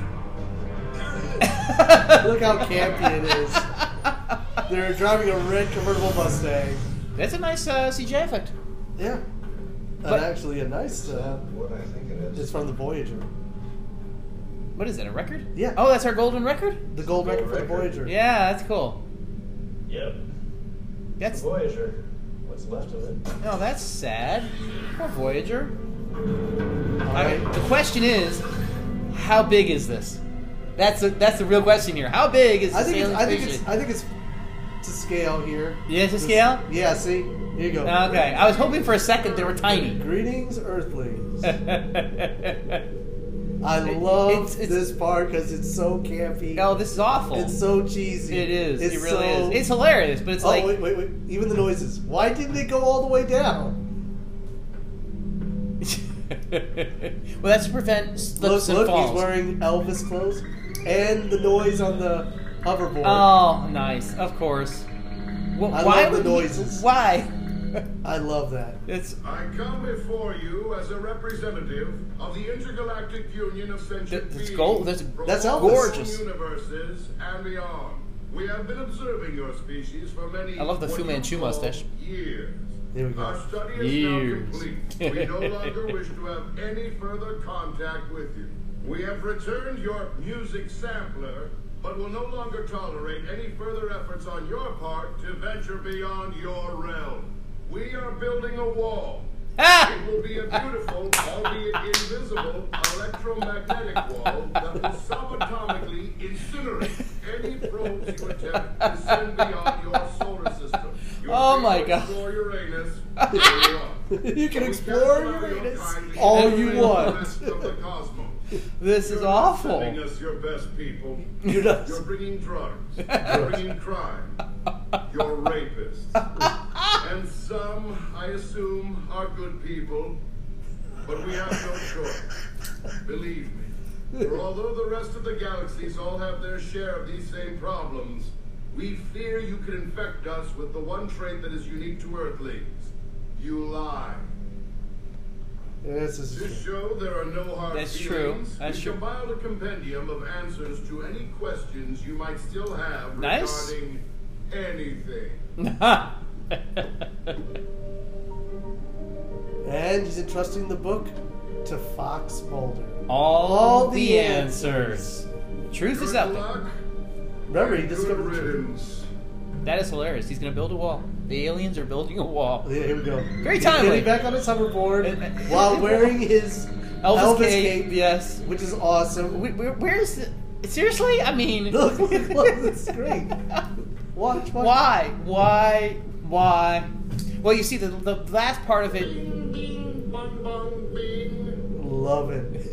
[SPEAKER 2] Look how campy it is. They're driving a red convertible Mustang.
[SPEAKER 3] *laughs* That's a nice uh, CGI effect.
[SPEAKER 2] Yeah.
[SPEAKER 3] But-
[SPEAKER 2] and actually, a nice. Uh,
[SPEAKER 5] what I think it is.
[SPEAKER 2] It's from the Voyager.
[SPEAKER 3] What is that, a record?
[SPEAKER 2] Yeah.
[SPEAKER 3] Oh, that's our golden record?
[SPEAKER 2] The gold record for the Voyager.
[SPEAKER 3] Yeah, that's cool.
[SPEAKER 7] Yep.
[SPEAKER 3] That's
[SPEAKER 7] Voyager. What's left of it?
[SPEAKER 3] No, that's sad. Poor Voyager.
[SPEAKER 2] Alright.
[SPEAKER 3] Alright, The question is, how big is this? That's a, that's the real question here. How big is
[SPEAKER 2] I
[SPEAKER 3] this
[SPEAKER 2] think it's,
[SPEAKER 3] alien
[SPEAKER 2] I think
[SPEAKER 3] spaceship?
[SPEAKER 2] it's I think it's to scale here.
[SPEAKER 3] Yeah, to
[SPEAKER 2] This-
[SPEAKER 3] scale?
[SPEAKER 2] Yeah, see? Here you go.
[SPEAKER 3] Okay, I was hoping for a second they were tiny. Eh.
[SPEAKER 2] Greetings, Earthlings.
[SPEAKER 3] I
[SPEAKER 2] I love this part because it's so campy.
[SPEAKER 3] *laughs* No, Oh, this is awful.
[SPEAKER 2] It's so cheesy.
[SPEAKER 3] It is.
[SPEAKER 2] It's
[SPEAKER 3] it really
[SPEAKER 2] so-
[SPEAKER 3] is. It's hilarious, but it's
[SPEAKER 2] oh,
[SPEAKER 3] like
[SPEAKER 2] wait, wait, wait! Even the noises. Why didn't it go all the way down?
[SPEAKER 3] *laughs* well, that's to prevent
[SPEAKER 2] Look,
[SPEAKER 3] slips and
[SPEAKER 2] look
[SPEAKER 3] falls.
[SPEAKER 2] he's wearing Elvis clothes, and the noise on the hoverboard.
[SPEAKER 3] Oh, nice. Of course. Wh-
[SPEAKER 2] I
[SPEAKER 3] why
[SPEAKER 2] love the
[SPEAKER 3] would he-
[SPEAKER 2] noises.
[SPEAKER 3] why?
[SPEAKER 2] I love that.
[SPEAKER 3] It's
[SPEAKER 12] I come before you as a representative of the Intergalactic Union of Sentient
[SPEAKER 3] that's
[SPEAKER 12] Beings.
[SPEAKER 3] gold. That's-
[SPEAKER 12] from
[SPEAKER 2] that's
[SPEAKER 12] all
[SPEAKER 2] Elvis.
[SPEAKER 12] known Universes and beyond. We have been observing your species for many.
[SPEAKER 3] I love the
[SPEAKER 12] what
[SPEAKER 3] Fu
[SPEAKER 12] you
[SPEAKER 3] Manchu
[SPEAKER 12] call
[SPEAKER 3] mustache.
[SPEAKER 12] Years.
[SPEAKER 2] There we go.
[SPEAKER 12] Our study is
[SPEAKER 3] Years.
[SPEAKER 12] now complete. We *laughs* no longer wish to have any further contact with you. We have returned your music sampler, but will no longer tolerate any further efforts on your part to venture beyond your realm. We are building a wall. It will be a beautiful, albeit invisible, electromagnetic wall that will subatomically incinerate any probes you attempt to send beyond your solar system. You
[SPEAKER 3] Oh
[SPEAKER 12] will
[SPEAKER 3] my
[SPEAKER 12] be able to
[SPEAKER 3] God.
[SPEAKER 12] Explore Uranus.
[SPEAKER 3] *laughs*
[SPEAKER 12] Here you are.
[SPEAKER 2] *laughs* you can
[SPEAKER 12] We
[SPEAKER 2] explore
[SPEAKER 12] cannot allow your
[SPEAKER 2] Uranus
[SPEAKER 12] kind to
[SPEAKER 2] all
[SPEAKER 12] invade
[SPEAKER 2] you
[SPEAKER 12] the
[SPEAKER 2] want.
[SPEAKER 12] rest of the cosmos.
[SPEAKER 3] this is awful.
[SPEAKER 12] Sending us your best people.
[SPEAKER 2] You're not-
[SPEAKER 12] You're bringing drugs. You're bringing crime. You're rapists. and some, I assume, are good people. But we have no choice. Believe me. For although the rest of the galaxies all have their share of these same problems, we fear you could infect us with the one trait that is unique to Earthlings. You lie.
[SPEAKER 2] This
[SPEAKER 12] To
[SPEAKER 2] is
[SPEAKER 12] show there are no hard
[SPEAKER 3] That's true.
[SPEAKER 12] feelings,
[SPEAKER 3] That's
[SPEAKER 12] we
[SPEAKER 3] true.
[SPEAKER 12] compiled a compendium of answers to any questions you might still have
[SPEAKER 3] Nice.
[SPEAKER 12] regarding anything.
[SPEAKER 2] and he's entrusting the book to Fox Mulder.
[SPEAKER 3] *laughs* All,
[SPEAKER 2] All
[SPEAKER 3] the,
[SPEAKER 2] the
[SPEAKER 3] answers. Truth is
[SPEAKER 12] Good
[SPEAKER 3] out there.
[SPEAKER 12] luck
[SPEAKER 2] Remember, he
[SPEAKER 12] and good
[SPEAKER 2] discovered.
[SPEAKER 12] riddance.
[SPEAKER 3] That is hilarious. He's gonna build a wall. The aliens are building a wall.
[SPEAKER 2] Yeah, here we go.
[SPEAKER 3] Very
[SPEAKER 2] He's
[SPEAKER 3] timely.
[SPEAKER 2] Getting back on
[SPEAKER 3] *laughs*
[SPEAKER 2] his hoverboard
[SPEAKER 3] And-
[SPEAKER 2] while wearing his
[SPEAKER 3] Elvis,
[SPEAKER 2] Elvis
[SPEAKER 3] Cave,
[SPEAKER 2] cape,
[SPEAKER 3] Yes.
[SPEAKER 2] which is awesome.
[SPEAKER 3] Wh- wh- where's the, seriously? I mean,
[SPEAKER 2] *laughs* Look, look, look, it's great. Watch, watch.
[SPEAKER 3] *laughs* Why? Why? Why? Well, you see, the, the last part of it
[SPEAKER 12] Bing, bing, bong, bong, bing.
[SPEAKER 2] Love it.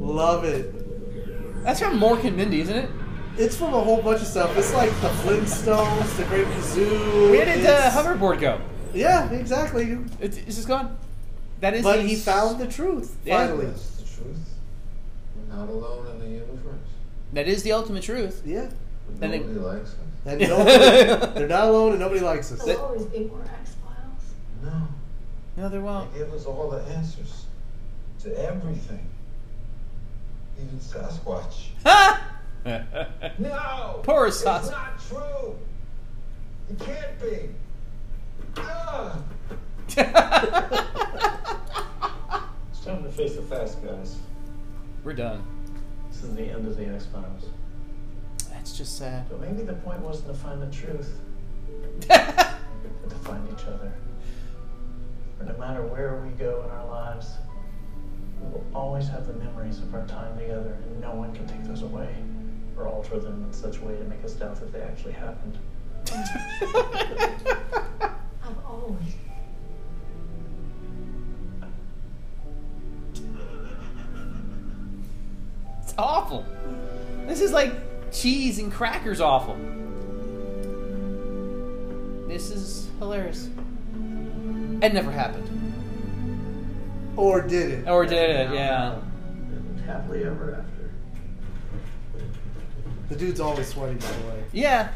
[SPEAKER 2] Love it.
[SPEAKER 3] That's from Mork and Mindy, isn't it?
[SPEAKER 2] It's from a whole bunch of stuff. It's like the Flintstones, the Great Zoo.
[SPEAKER 3] Where did the
[SPEAKER 2] it's-
[SPEAKER 3] hoverboard go?
[SPEAKER 2] Yeah, exactly.
[SPEAKER 3] It's, it's just gone. That is.
[SPEAKER 2] But
[SPEAKER 3] the-
[SPEAKER 2] he found the truth
[SPEAKER 3] Yeah.
[SPEAKER 2] finally.
[SPEAKER 5] That's the truth. We're not alone in the universe.
[SPEAKER 3] That is the ultimate truth.
[SPEAKER 2] Yeah,
[SPEAKER 3] Then they-
[SPEAKER 5] Nobody likes us.
[SPEAKER 2] and
[SPEAKER 3] *laughs*
[SPEAKER 2] nobody, they're not alone, and nobody likes us.
[SPEAKER 6] There'll always be more X Files.
[SPEAKER 5] No.
[SPEAKER 3] No, there won't.
[SPEAKER 5] They give us all the answers to everything. Even Sasquatch.
[SPEAKER 2] *laughs*
[SPEAKER 3] Ha!
[SPEAKER 5] No!
[SPEAKER 3] Poor
[SPEAKER 5] it's
[SPEAKER 3] Sas-
[SPEAKER 5] not true! It can't be! Ah! It's time to face the facts, guys.
[SPEAKER 3] *laughs* We're done.
[SPEAKER 7] This is the end of the X Files.
[SPEAKER 3] That's just sad. *laughs*
[SPEAKER 7] But maybe the point wasn't to find the truth, but to find each other. For no matter where we go in our lives, we will always have the memories of our time together, and no one can take those away. or alter them in such a way to make us doubt that they actually happened.
[SPEAKER 6] I've always.
[SPEAKER 3] *laughs* It's awful. This is like cheese and crackers awful. This is hilarious. It never happened.
[SPEAKER 2] Or did it?
[SPEAKER 3] Or did it, yeah.
[SPEAKER 7] Happily ever after.
[SPEAKER 2] The dude's always sweaty, by the way.
[SPEAKER 3] Yeah.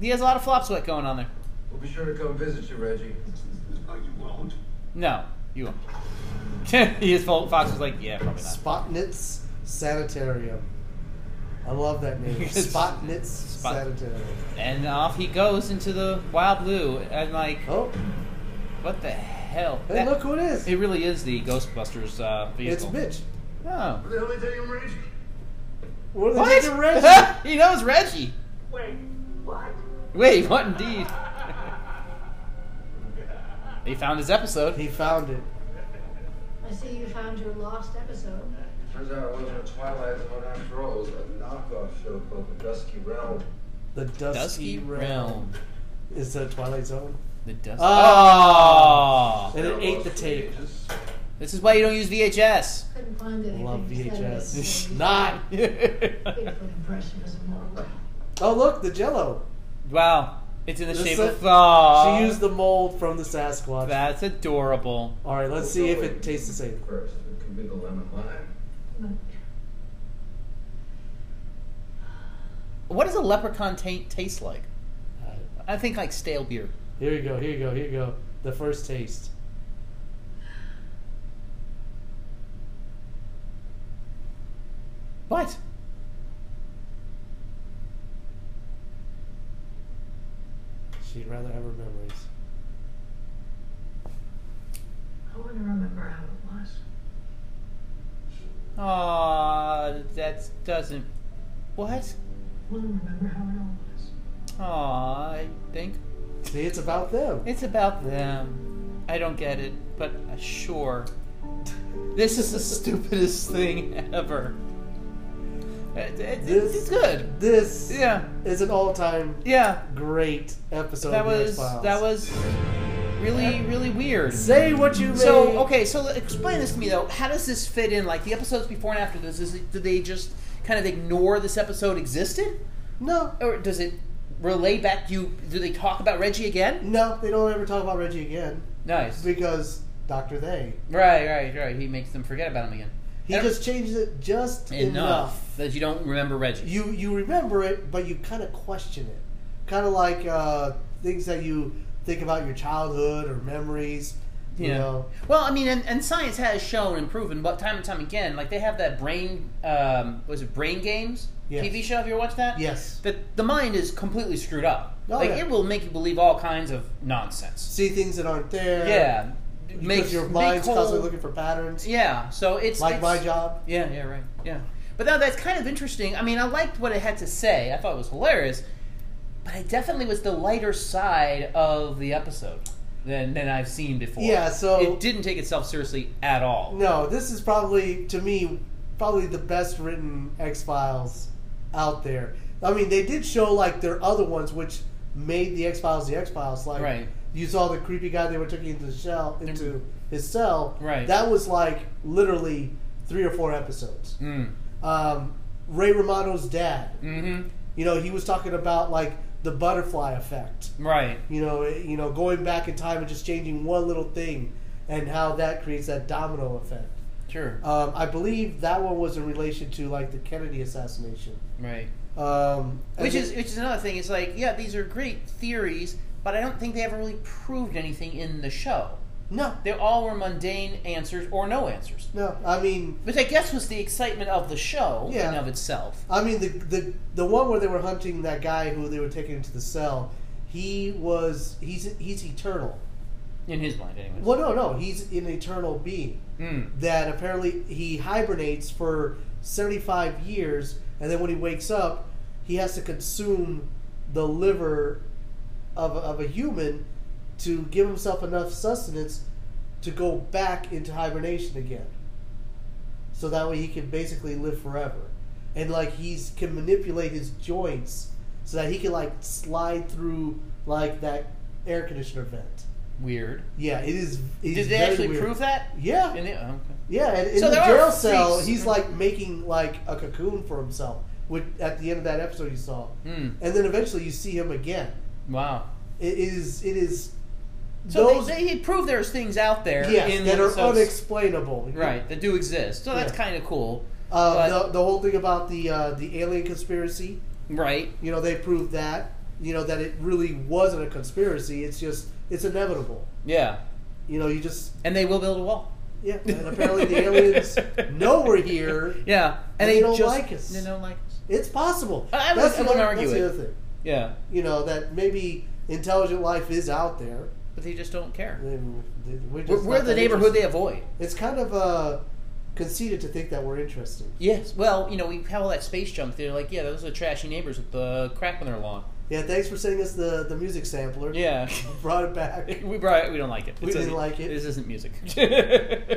[SPEAKER 3] He has a lot of flop sweat going on there.
[SPEAKER 5] We'll be sure to come visit you, Reggie.
[SPEAKER 12] No, Oh, you won't.
[SPEAKER 3] No, you won't. *laughs* he is full. Fox was like, yeah, probably not.
[SPEAKER 2] Spotnitz Sanitarium. I love that
[SPEAKER 3] *laughs*
[SPEAKER 2] name.
[SPEAKER 3] It's-
[SPEAKER 2] Spotnitz
[SPEAKER 3] Spot-
[SPEAKER 2] Sanitarium.
[SPEAKER 3] And off he goes into the wild blue. And like,
[SPEAKER 2] oh,
[SPEAKER 3] what the hell?
[SPEAKER 2] Hey, look who it is.
[SPEAKER 3] It really is the Ghostbusters uh,
[SPEAKER 2] It's
[SPEAKER 3] vehicle.
[SPEAKER 2] Mitch.
[SPEAKER 3] Oh.
[SPEAKER 12] What the hell they take him, Reggie?
[SPEAKER 2] What? are they
[SPEAKER 3] What?
[SPEAKER 2] taking
[SPEAKER 3] *laughs*
[SPEAKER 2] Reggie?
[SPEAKER 3] he knows Reggie.
[SPEAKER 4] Wait, what?
[SPEAKER 3] Wait, what indeed? he found his episode.
[SPEAKER 2] He found it.
[SPEAKER 6] I see you found your lost episode.
[SPEAKER 5] Turns out it wasn't a Twilight Zone after all. It was a knockoff show called The Dusky Realm.
[SPEAKER 2] The Dusky,
[SPEAKER 3] Dusky
[SPEAKER 2] Realm.
[SPEAKER 3] Realm.
[SPEAKER 2] Is that Twilight Zone?
[SPEAKER 3] The dust.
[SPEAKER 2] Oh.
[SPEAKER 3] Oh.
[SPEAKER 2] And it ate the tape.
[SPEAKER 3] This is why you don't use VHS.
[SPEAKER 6] Couldn't find anything.
[SPEAKER 2] Love VHS.
[SPEAKER 6] Saturday.
[SPEAKER 2] Not.
[SPEAKER 6] Bigfoot impressionism mold.
[SPEAKER 2] Oh, look, the jello.
[SPEAKER 3] *laughs* wow. It's in the
[SPEAKER 2] This
[SPEAKER 3] shape
[SPEAKER 2] is-
[SPEAKER 3] of. Oh.
[SPEAKER 2] She used the mold from the Sasquatch.
[SPEAKER 3] That's adorable.
[SPEAKER 2] All right, let's see if it tastes the same.
[SPEAKER 5] First, it could be the lemon lime.
[SPEAKER 3] What does a leprechaun taint taste like? I think like stale beer.
[SPEAKER 2] Here you go, here you go, here you go. The first taste.
[SPEAKER 3] What?
[SPEAKER 2] She'd rather have her memories.
[SPEAKER 6] I want to remember how it was.
[SPEAKER 3] Aw, that doesn't. What?
[SPEAKER 6] I want to remember how it all was.
[SPEAKER 3] Aw, I think
[SPEAKER 2] See, it's about them.
[SPEAKER 3] it's about them. I don't get it, but uh, sure. This is the stupidest thing ever. It- it-
[SPEAKER 2] This-
[SPEAKER 3] it's good.
[SPEAKER 2] This
[SPEAKER 3] Yeah,
[SPEAKER 2] is an all time
[SPEAKER 3] yeah.
[SPEAKER 2] great episode
[SPEAKER 3] That
[SPEAKER 2] of The
[SPEAKER 3] was
[SPEAKER 2] X-Files.
[SPEAKER 3] that was really really weird.
[SPEAKER 2] Say what you may.
[SPEAKER 3] So okay, so explain this to me though. How does this fit in? Like the episodes before and after this, is it, do they just kind of ignore this episode existed,
[SPEAKER 2] No.
[SPEAKER 3] or does it relay back? Do you do they talk about Reggie again?
[SPEAKER 2] No, they don't ever talk about Reggie again
[SPEAKER 3] Nice.
[SPEAKER 2] because Dr. They.
[SPEAKER 3] Right, right, right. He makes them forget about him again.
[SPEAKER 2] He
[SPEAKER 3] And-
[SPEAKER 2] just changes it just
[SPEAKER 3] enough,
[SPEAKER 2] enough.
[SPEAKER 3] that you don't remember Reggie.
[SPEAKER 2] you you remember it, but you kind of question it, kind of like uh, things that you think about your childhood or memories. You
[SPEAKER 3] Yeah.
[SPEAKER 2] know,
[SPEAKER 3] Well, I mean, and, and science has shown and proven, but time and time again, like they have that brain, um, was it brain games
[SPEAKER 2] Yes.
[SPEAKER 3] TV show? Have you ever watched that?
[SPEAKER 2] yes.
[SPEAKER 3] That the mind is completely screwed up.
[SPEAKER 2] Oh,
[SPEAKER 3] like
[SPEAKER 2] yeah.
[SPEAKER 3] it will make you believe all kinds of nonsense.
[SPEAKER 2] See things that aren't there.
[SPEAKER 3] Yeah,
[SPEAKER 2] because
[SPEAKER 3] makes
[SPEAKER 2] your
[SPEAKER 3] make
[SPEAKER 2] mind's
[SPEAKER 3] whole-
[SPEAKER 2] constantly looking for patterns.
[SPEAKER 3] Yeah, so it's
[SPEAKER 2] like
[SPEAKER 3] it's-
[SPEAKER 2] my job.
[SPEAKER 3] Yeah, yeah, right. Yeah. But now that's kind of interesting. I mean, I liked what it had to say. I thought it was hilarious. But it definitely was the lighter side of the episode than, than I've seen before.
[SPEAKER 2] Yeah, so-
[SPEAKER 3] it didn't take itself seriously at all.
[SPEAKER 2] No, this is probably to me probably the best written X Files out there. I mean, they did show like their other ones, which made the X Files the X Files. Like
[SPEAKER 3] Right.
[SPEAKER 2] you saw the creepy guy they were taking into the shell into his cell.
[SPEAKER 3] Right.
[SPEAKER 2] That was like literally three or four episodes.
[SPEAKER 3] Mm.
[SPEAKER 2] Um, Ray Romano's dad.
[SPEAKER 3] Mm-hmm.
[SPEAKER 2] You know, he was talking about like the butterfly effect
[SPEAKER 3] Right.
[SPEAKER 2] you know, it- you know, going back in time and just changing one little thing, and how that creates that domino effect.
[SPEAKER 3] Sure.
[SPEAKER 2] Um, I believe that one was in relation to like the Kennedy assassination,
[SPEAKER 3] right.
[SPEAKER 2] um, and
[SPEAKER 3] Which is
[SPEAKER 2] it-
[SPEAKER 3] which is another thing. It's like, yeah, these are great theories, but I don't think they ever really proved anything in the show.
[SPEAKER 2] no,
[SPEAKER 3] They all were mundane answers or no answers.
[SPEAKER 2] no. I mean,
[SPEAKER 3] Which I guess was the excitement of the show in
[SPEAKER 2] Yeah.
[SPEAKER 3] and of itself.
[SPEAKER 2] I mean the the the one where they were hunting that guy who they were taking into the cell. He was he's he's eternal.
[SPEAKER 3] In his mind anyway.
[SPEAKER 2] Well, no, no, he's an eternal being.
[SPEAKER 3] Mm.
[SPEAKER 2] that apparently he hibernates for 75 years and then when he wakes up he has to consume the liver of, of a human to give himself enough sustenance to go back into hibernation again so that way he can basically live forever and like he's can manipulate his joints so that he can like slide through like that air conditioner vent.
[SPEAKER 3] Weird.
[SPEAKER 2] Yeah, it is. it is
[SPEAKER 3] Did they
[SPEAKER 2] very
[SPEAKER 3] actually
[SPEAKER 2] weird.
[SPEAKER 3] prove that?
[SPEAKER 2] Yeah.
[SPEAKER 3] In the, oh, okay.
[SPEAKER 2] Yeah, and in
[SPEAKER 3] So
[SPEAKER 2] the
[SPEAKER 3] there are
[SPEAKER 2] jail cell,
[SPEAKER 3] freaks.
[SPEAKER 2] he's like making like a cocoon for himself. Which at the end of that episode you saw,
[SPEAKER 3] Hmm.
[SPEAKER 2] and then eventually you see him again.
[SPEAKER 3] Wow.
[SPEAKER 2] It is. It is.
[SPEAKER 3] So
[SPEAKER 2] those-
[SPEAKER 3] they, they he proved there's things out there
[SPEAKER 2] Yes,
[SPEAKER 3] in
[SPEAKER 2] that are
[SPEAKER 3] themselves-
[SPEAKER 2] unexplainable.
[SPEAKER 3] Right, that do exist. So that's
[SPEAKER 2] Yeah.
[SPEAKER 3] kind of cool.
[SPEAKER 2] Uh,
[SPEAKER 3] But-
[SPEAKER 2] the, the whole thing about the uh, the alien conspiracy.
[SPEAKER 3] Right.
[SPEAKER 2] You know they proved that. You know that it really wasn't a conspiracy. It's just it's inevitable.
[SPEAKER 3] Yeah.
[SPEAKER 2] You know you just
[SPEAKER 3] And they will build a wall.
[SPEAKER 2] yeah.
[SPEAKER 3] *laughs*
[SPEAKER 2] And apparently the aliens know we're here.
[SPEAKER 3] Yeah,
[SPEAKER 2] and, they, don't
[SPEAKER 3] just-
[SPEAKER 2] like us.
[SPEAKER 3] They don't like us.
[SPEAKER 2] It's possible.
[SPEAKER 3] I- I
[SPEAKER 2] that's
[SPEAKER 3] would- I
[SPEAKER 2] the
[SPEAKER 3] wouldn't
[SPEAKER 2] other-
[SPEAKER 3] argue
[SPEAKER 2] that's
[SPEAKER 3] it.
[SPEAKER 2] the other thing.
[SPEAKER 3] Yeah,
[SPEAKER 2] You know that maybe intelligent life is out there.
[SPEAKER 3] but they just don't care.
[SPEAKER 2] They- they- we're just
[SPEAKER 3] We're, we're
[SPEAKER 2] not
[SPEAKER 3] the
[SPEAKER 2] that
[SPEAKER 3] neighborhood they
[SPEAKER 2] interested.
[SPEAKER 3] avoid.
[SPEAKER 2] It's kind of uh, conceited to think that we're interesting.
[SPEAKER 3] Yes. Well, you know, we have all that space junk. They're like, yeah, those are the trashy neighbors with the crap on their lawn.
[SPEAKER 2] Yeah, thanks for sending us the, the music sampler.
[SPEAKER 3] Yeah.
[SPEAKER 2] *laughs* Brought it back.
[SPEAKER 3] *laughs* We brought. We don't like it.
[SPEAKER 2] We
[SPEAKER 3] It's
[SPEAKER 2] didn't
[SPEAKER 3] a-
[SPEAKER 2] like it.
[SPEAKER 3] This isn't *laughs* music.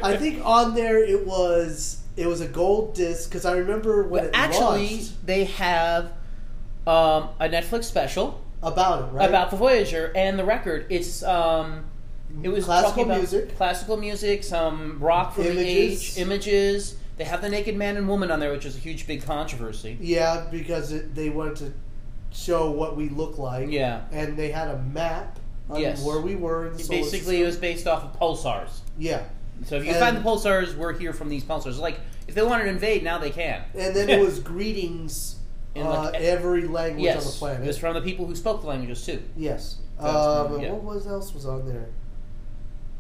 [SPEAKER 2] I think on there it was it was a gold disc because I remember when
[SPEAKER 3] But
[SPEAKER 2] it
[SPEAKER 3] actually,
[SPEAKER 2] launched
[SPEAKER 3] they have um, a Netflix special
[SPEAKER 2] about it, right?
[SPEAKER 3] about the Voyager and the record. It's um, it was
[SPEAKER 2] Classical
[SPEAKER 3] talking about
[SPEAKER 2] music.
[SPEAKER 3] classical music, some rock from
[SPEAKER 2] Images.
[SPEAKER 3] the age, images. They have the naked man and woman on there, which is a huge big controversy.
[SPEAKER 2] yeah, because it, they wanted to show what we look like.
[SPEAKER 3] Yeah.
[SPEAKER 2] and they had a map on
[SPEAKER 3] Yes.
[SPEAKER 2] where we were. In the
[SPEAKER 3] It
[SPEAKER 2] solar
[SPEAKER 3] basically,
[SPEAKER 2] system.
[SPEAKER 3] it was based off of pulsars.
[SPEAKER 2] yeah.
[SPEAKER 3] So if you
[SPEAKER 2] And-
[SPEAKER 3] find the pulsars, we're here from these pulsars. Like if they wanted to invade, now they can.
[SPEAKER 2] And then it
[SPEAKER 3] *laughs*
[SPEAKER 2] was greetings
[SPEAKER 3] In
[SPEAKER 2] uh,
[SPEAKER 3] like- e-
[SPEAKER 2] every language
[SPEAKER 3] yes,
[SPEAKER 2] on the planet.
[SPEAKER 3] It was from the people who spoke the languages too.
[SPEAKER 2] Yes.
[SPEAKER 3] That's
[SPEAKER 2] Um,
[SPEAKER 3] one,
[SPEAKER 2] and
[SPEAKER 3] yeah.
[SPEAKER 2] What was else was on there?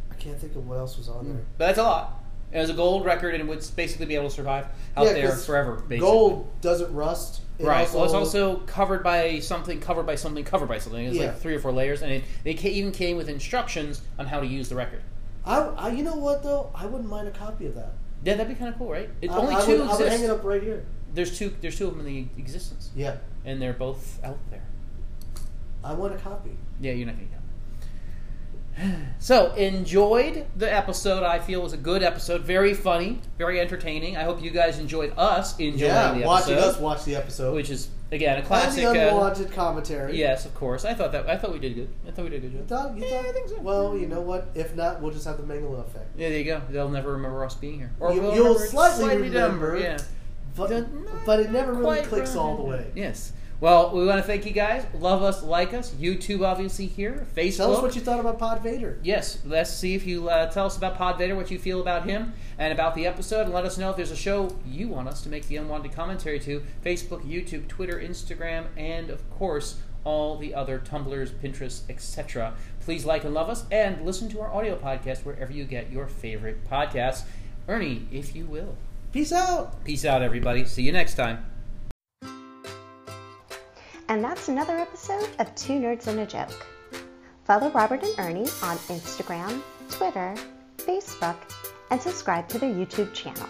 [SPEAKER 2] I can't think of what else was on there.
[SPEAKER 3] But that's a lot. It was a gold record, and it would basically be able to survive out
[SPEAKER 2] Yeah,
[SPEAKER 3] there
[SPEAKER 2] 'cause
[SPEAKER 3] forever. Basically.
[SPEAKER 2] Gold doesn't rust. It
[SPEAKER 3] Right. well, it's also covered by something, covered by something, covered by something. It was
[SPEAKER 2] Yeah.
[SPEAKER 3] like three or four layers, and it, they ca- even came with instructions on how to use the record.
[SPEAKER 2] I, I, you know what though? I wouldn't mind a copy of that.
[SPEAKER 3] Yeah, that'd be kind of cool, right? It,
[SPEAKER 2] I-
[SPEAKER 3] only
[SPEAKER 2] I
[SPEAKER 3] two
[SPEAKER 2] would, I would hang
[SPEAKER 3] exist.
[SPEAKER 2] it up right here.
[SPEAKER 3] There's two. There's two of them in the existence,
[SPEAKER 2] Yeah,
[SPEAKER 3] and they're both out there.
[SPEAKER 2] I want a copy.
[SPEAKER 3] Yeah, you're not gonna get. it. *sighs* So enjoyed the episode. I feel was a good episode, very funny, very entertaining. I hope you guys enjoyed us enjoying the
[SPEAKER 2] yeah,
[SPEAKER 3] episode,
[SPEAKER 2] watching us watch the episode,
[SPEAKER 3] which is again a
[SPEAKER 2] And
[SPEAKER 3] classic.
[SPEAKER 2] the
[SPEAKER 3] Uh,
[SPEAKER 2] unwanted commentary.
[SPEAKER 3] yes, of course. I thought that. I thought we did good. I thought we did a good
[SPEAKER 2] You
[SPEAKER 3] job.
[SPEAKER 2] thought, you thought,
[SPEAKER 3] I think so.
[SPEAKER 2] Well, you know what? If not, we'll just have the Mangala effect.
[SPEAKER 3] Yeah, there you go. They'll never remember us being here.
[SPEAKER 2] you,
[SPEAKER 3] we'll
[SPEAKER 2] will
[SPEAKER 3] remember it
[SPEAKER 2] slightly,
[SPEAKER 3] dumb,
[SPEAKER 2] remember,
[SPEAKER 3] Yeah.
[SPEAKER 2] but, but it never really
[SPEAKER 3] Quite
[SPEAKER 2] clicks all the
[SPEAKER 3] right.
[SPEAKER 2] way.
[SPEAKER 3] Yes. Well, we want to thank you guys. Love us, like us. YouTube, obviously, here. Facebook.
[SPEAKER 2] Tell us what you thought about Pod Vader.
[SPEAKER 3] Yes, let's see if you uh, tell us about Pod Vader, what you feel about him, and about the episode, and let us know if there's a show you want us to make the unwanted commentary to. Facebook, YouTube, Twitter, Instagram, and of course all the other Tumblrs, Pinterest, etc. Please like and love us, and listen to our audio podcast wherever you get your favorite podcasts. Ernie, if you will.
[SPEAKER 2] Peace out.
[SPEAKER 3] Peace out, everybody. See you next time.
[SPEAKER 1] And that's another episode of Two Nerds and a Joke. Follow Robert and Ernie on Instagram, Twitter, Facebook, and subscribe to their YouTube channel.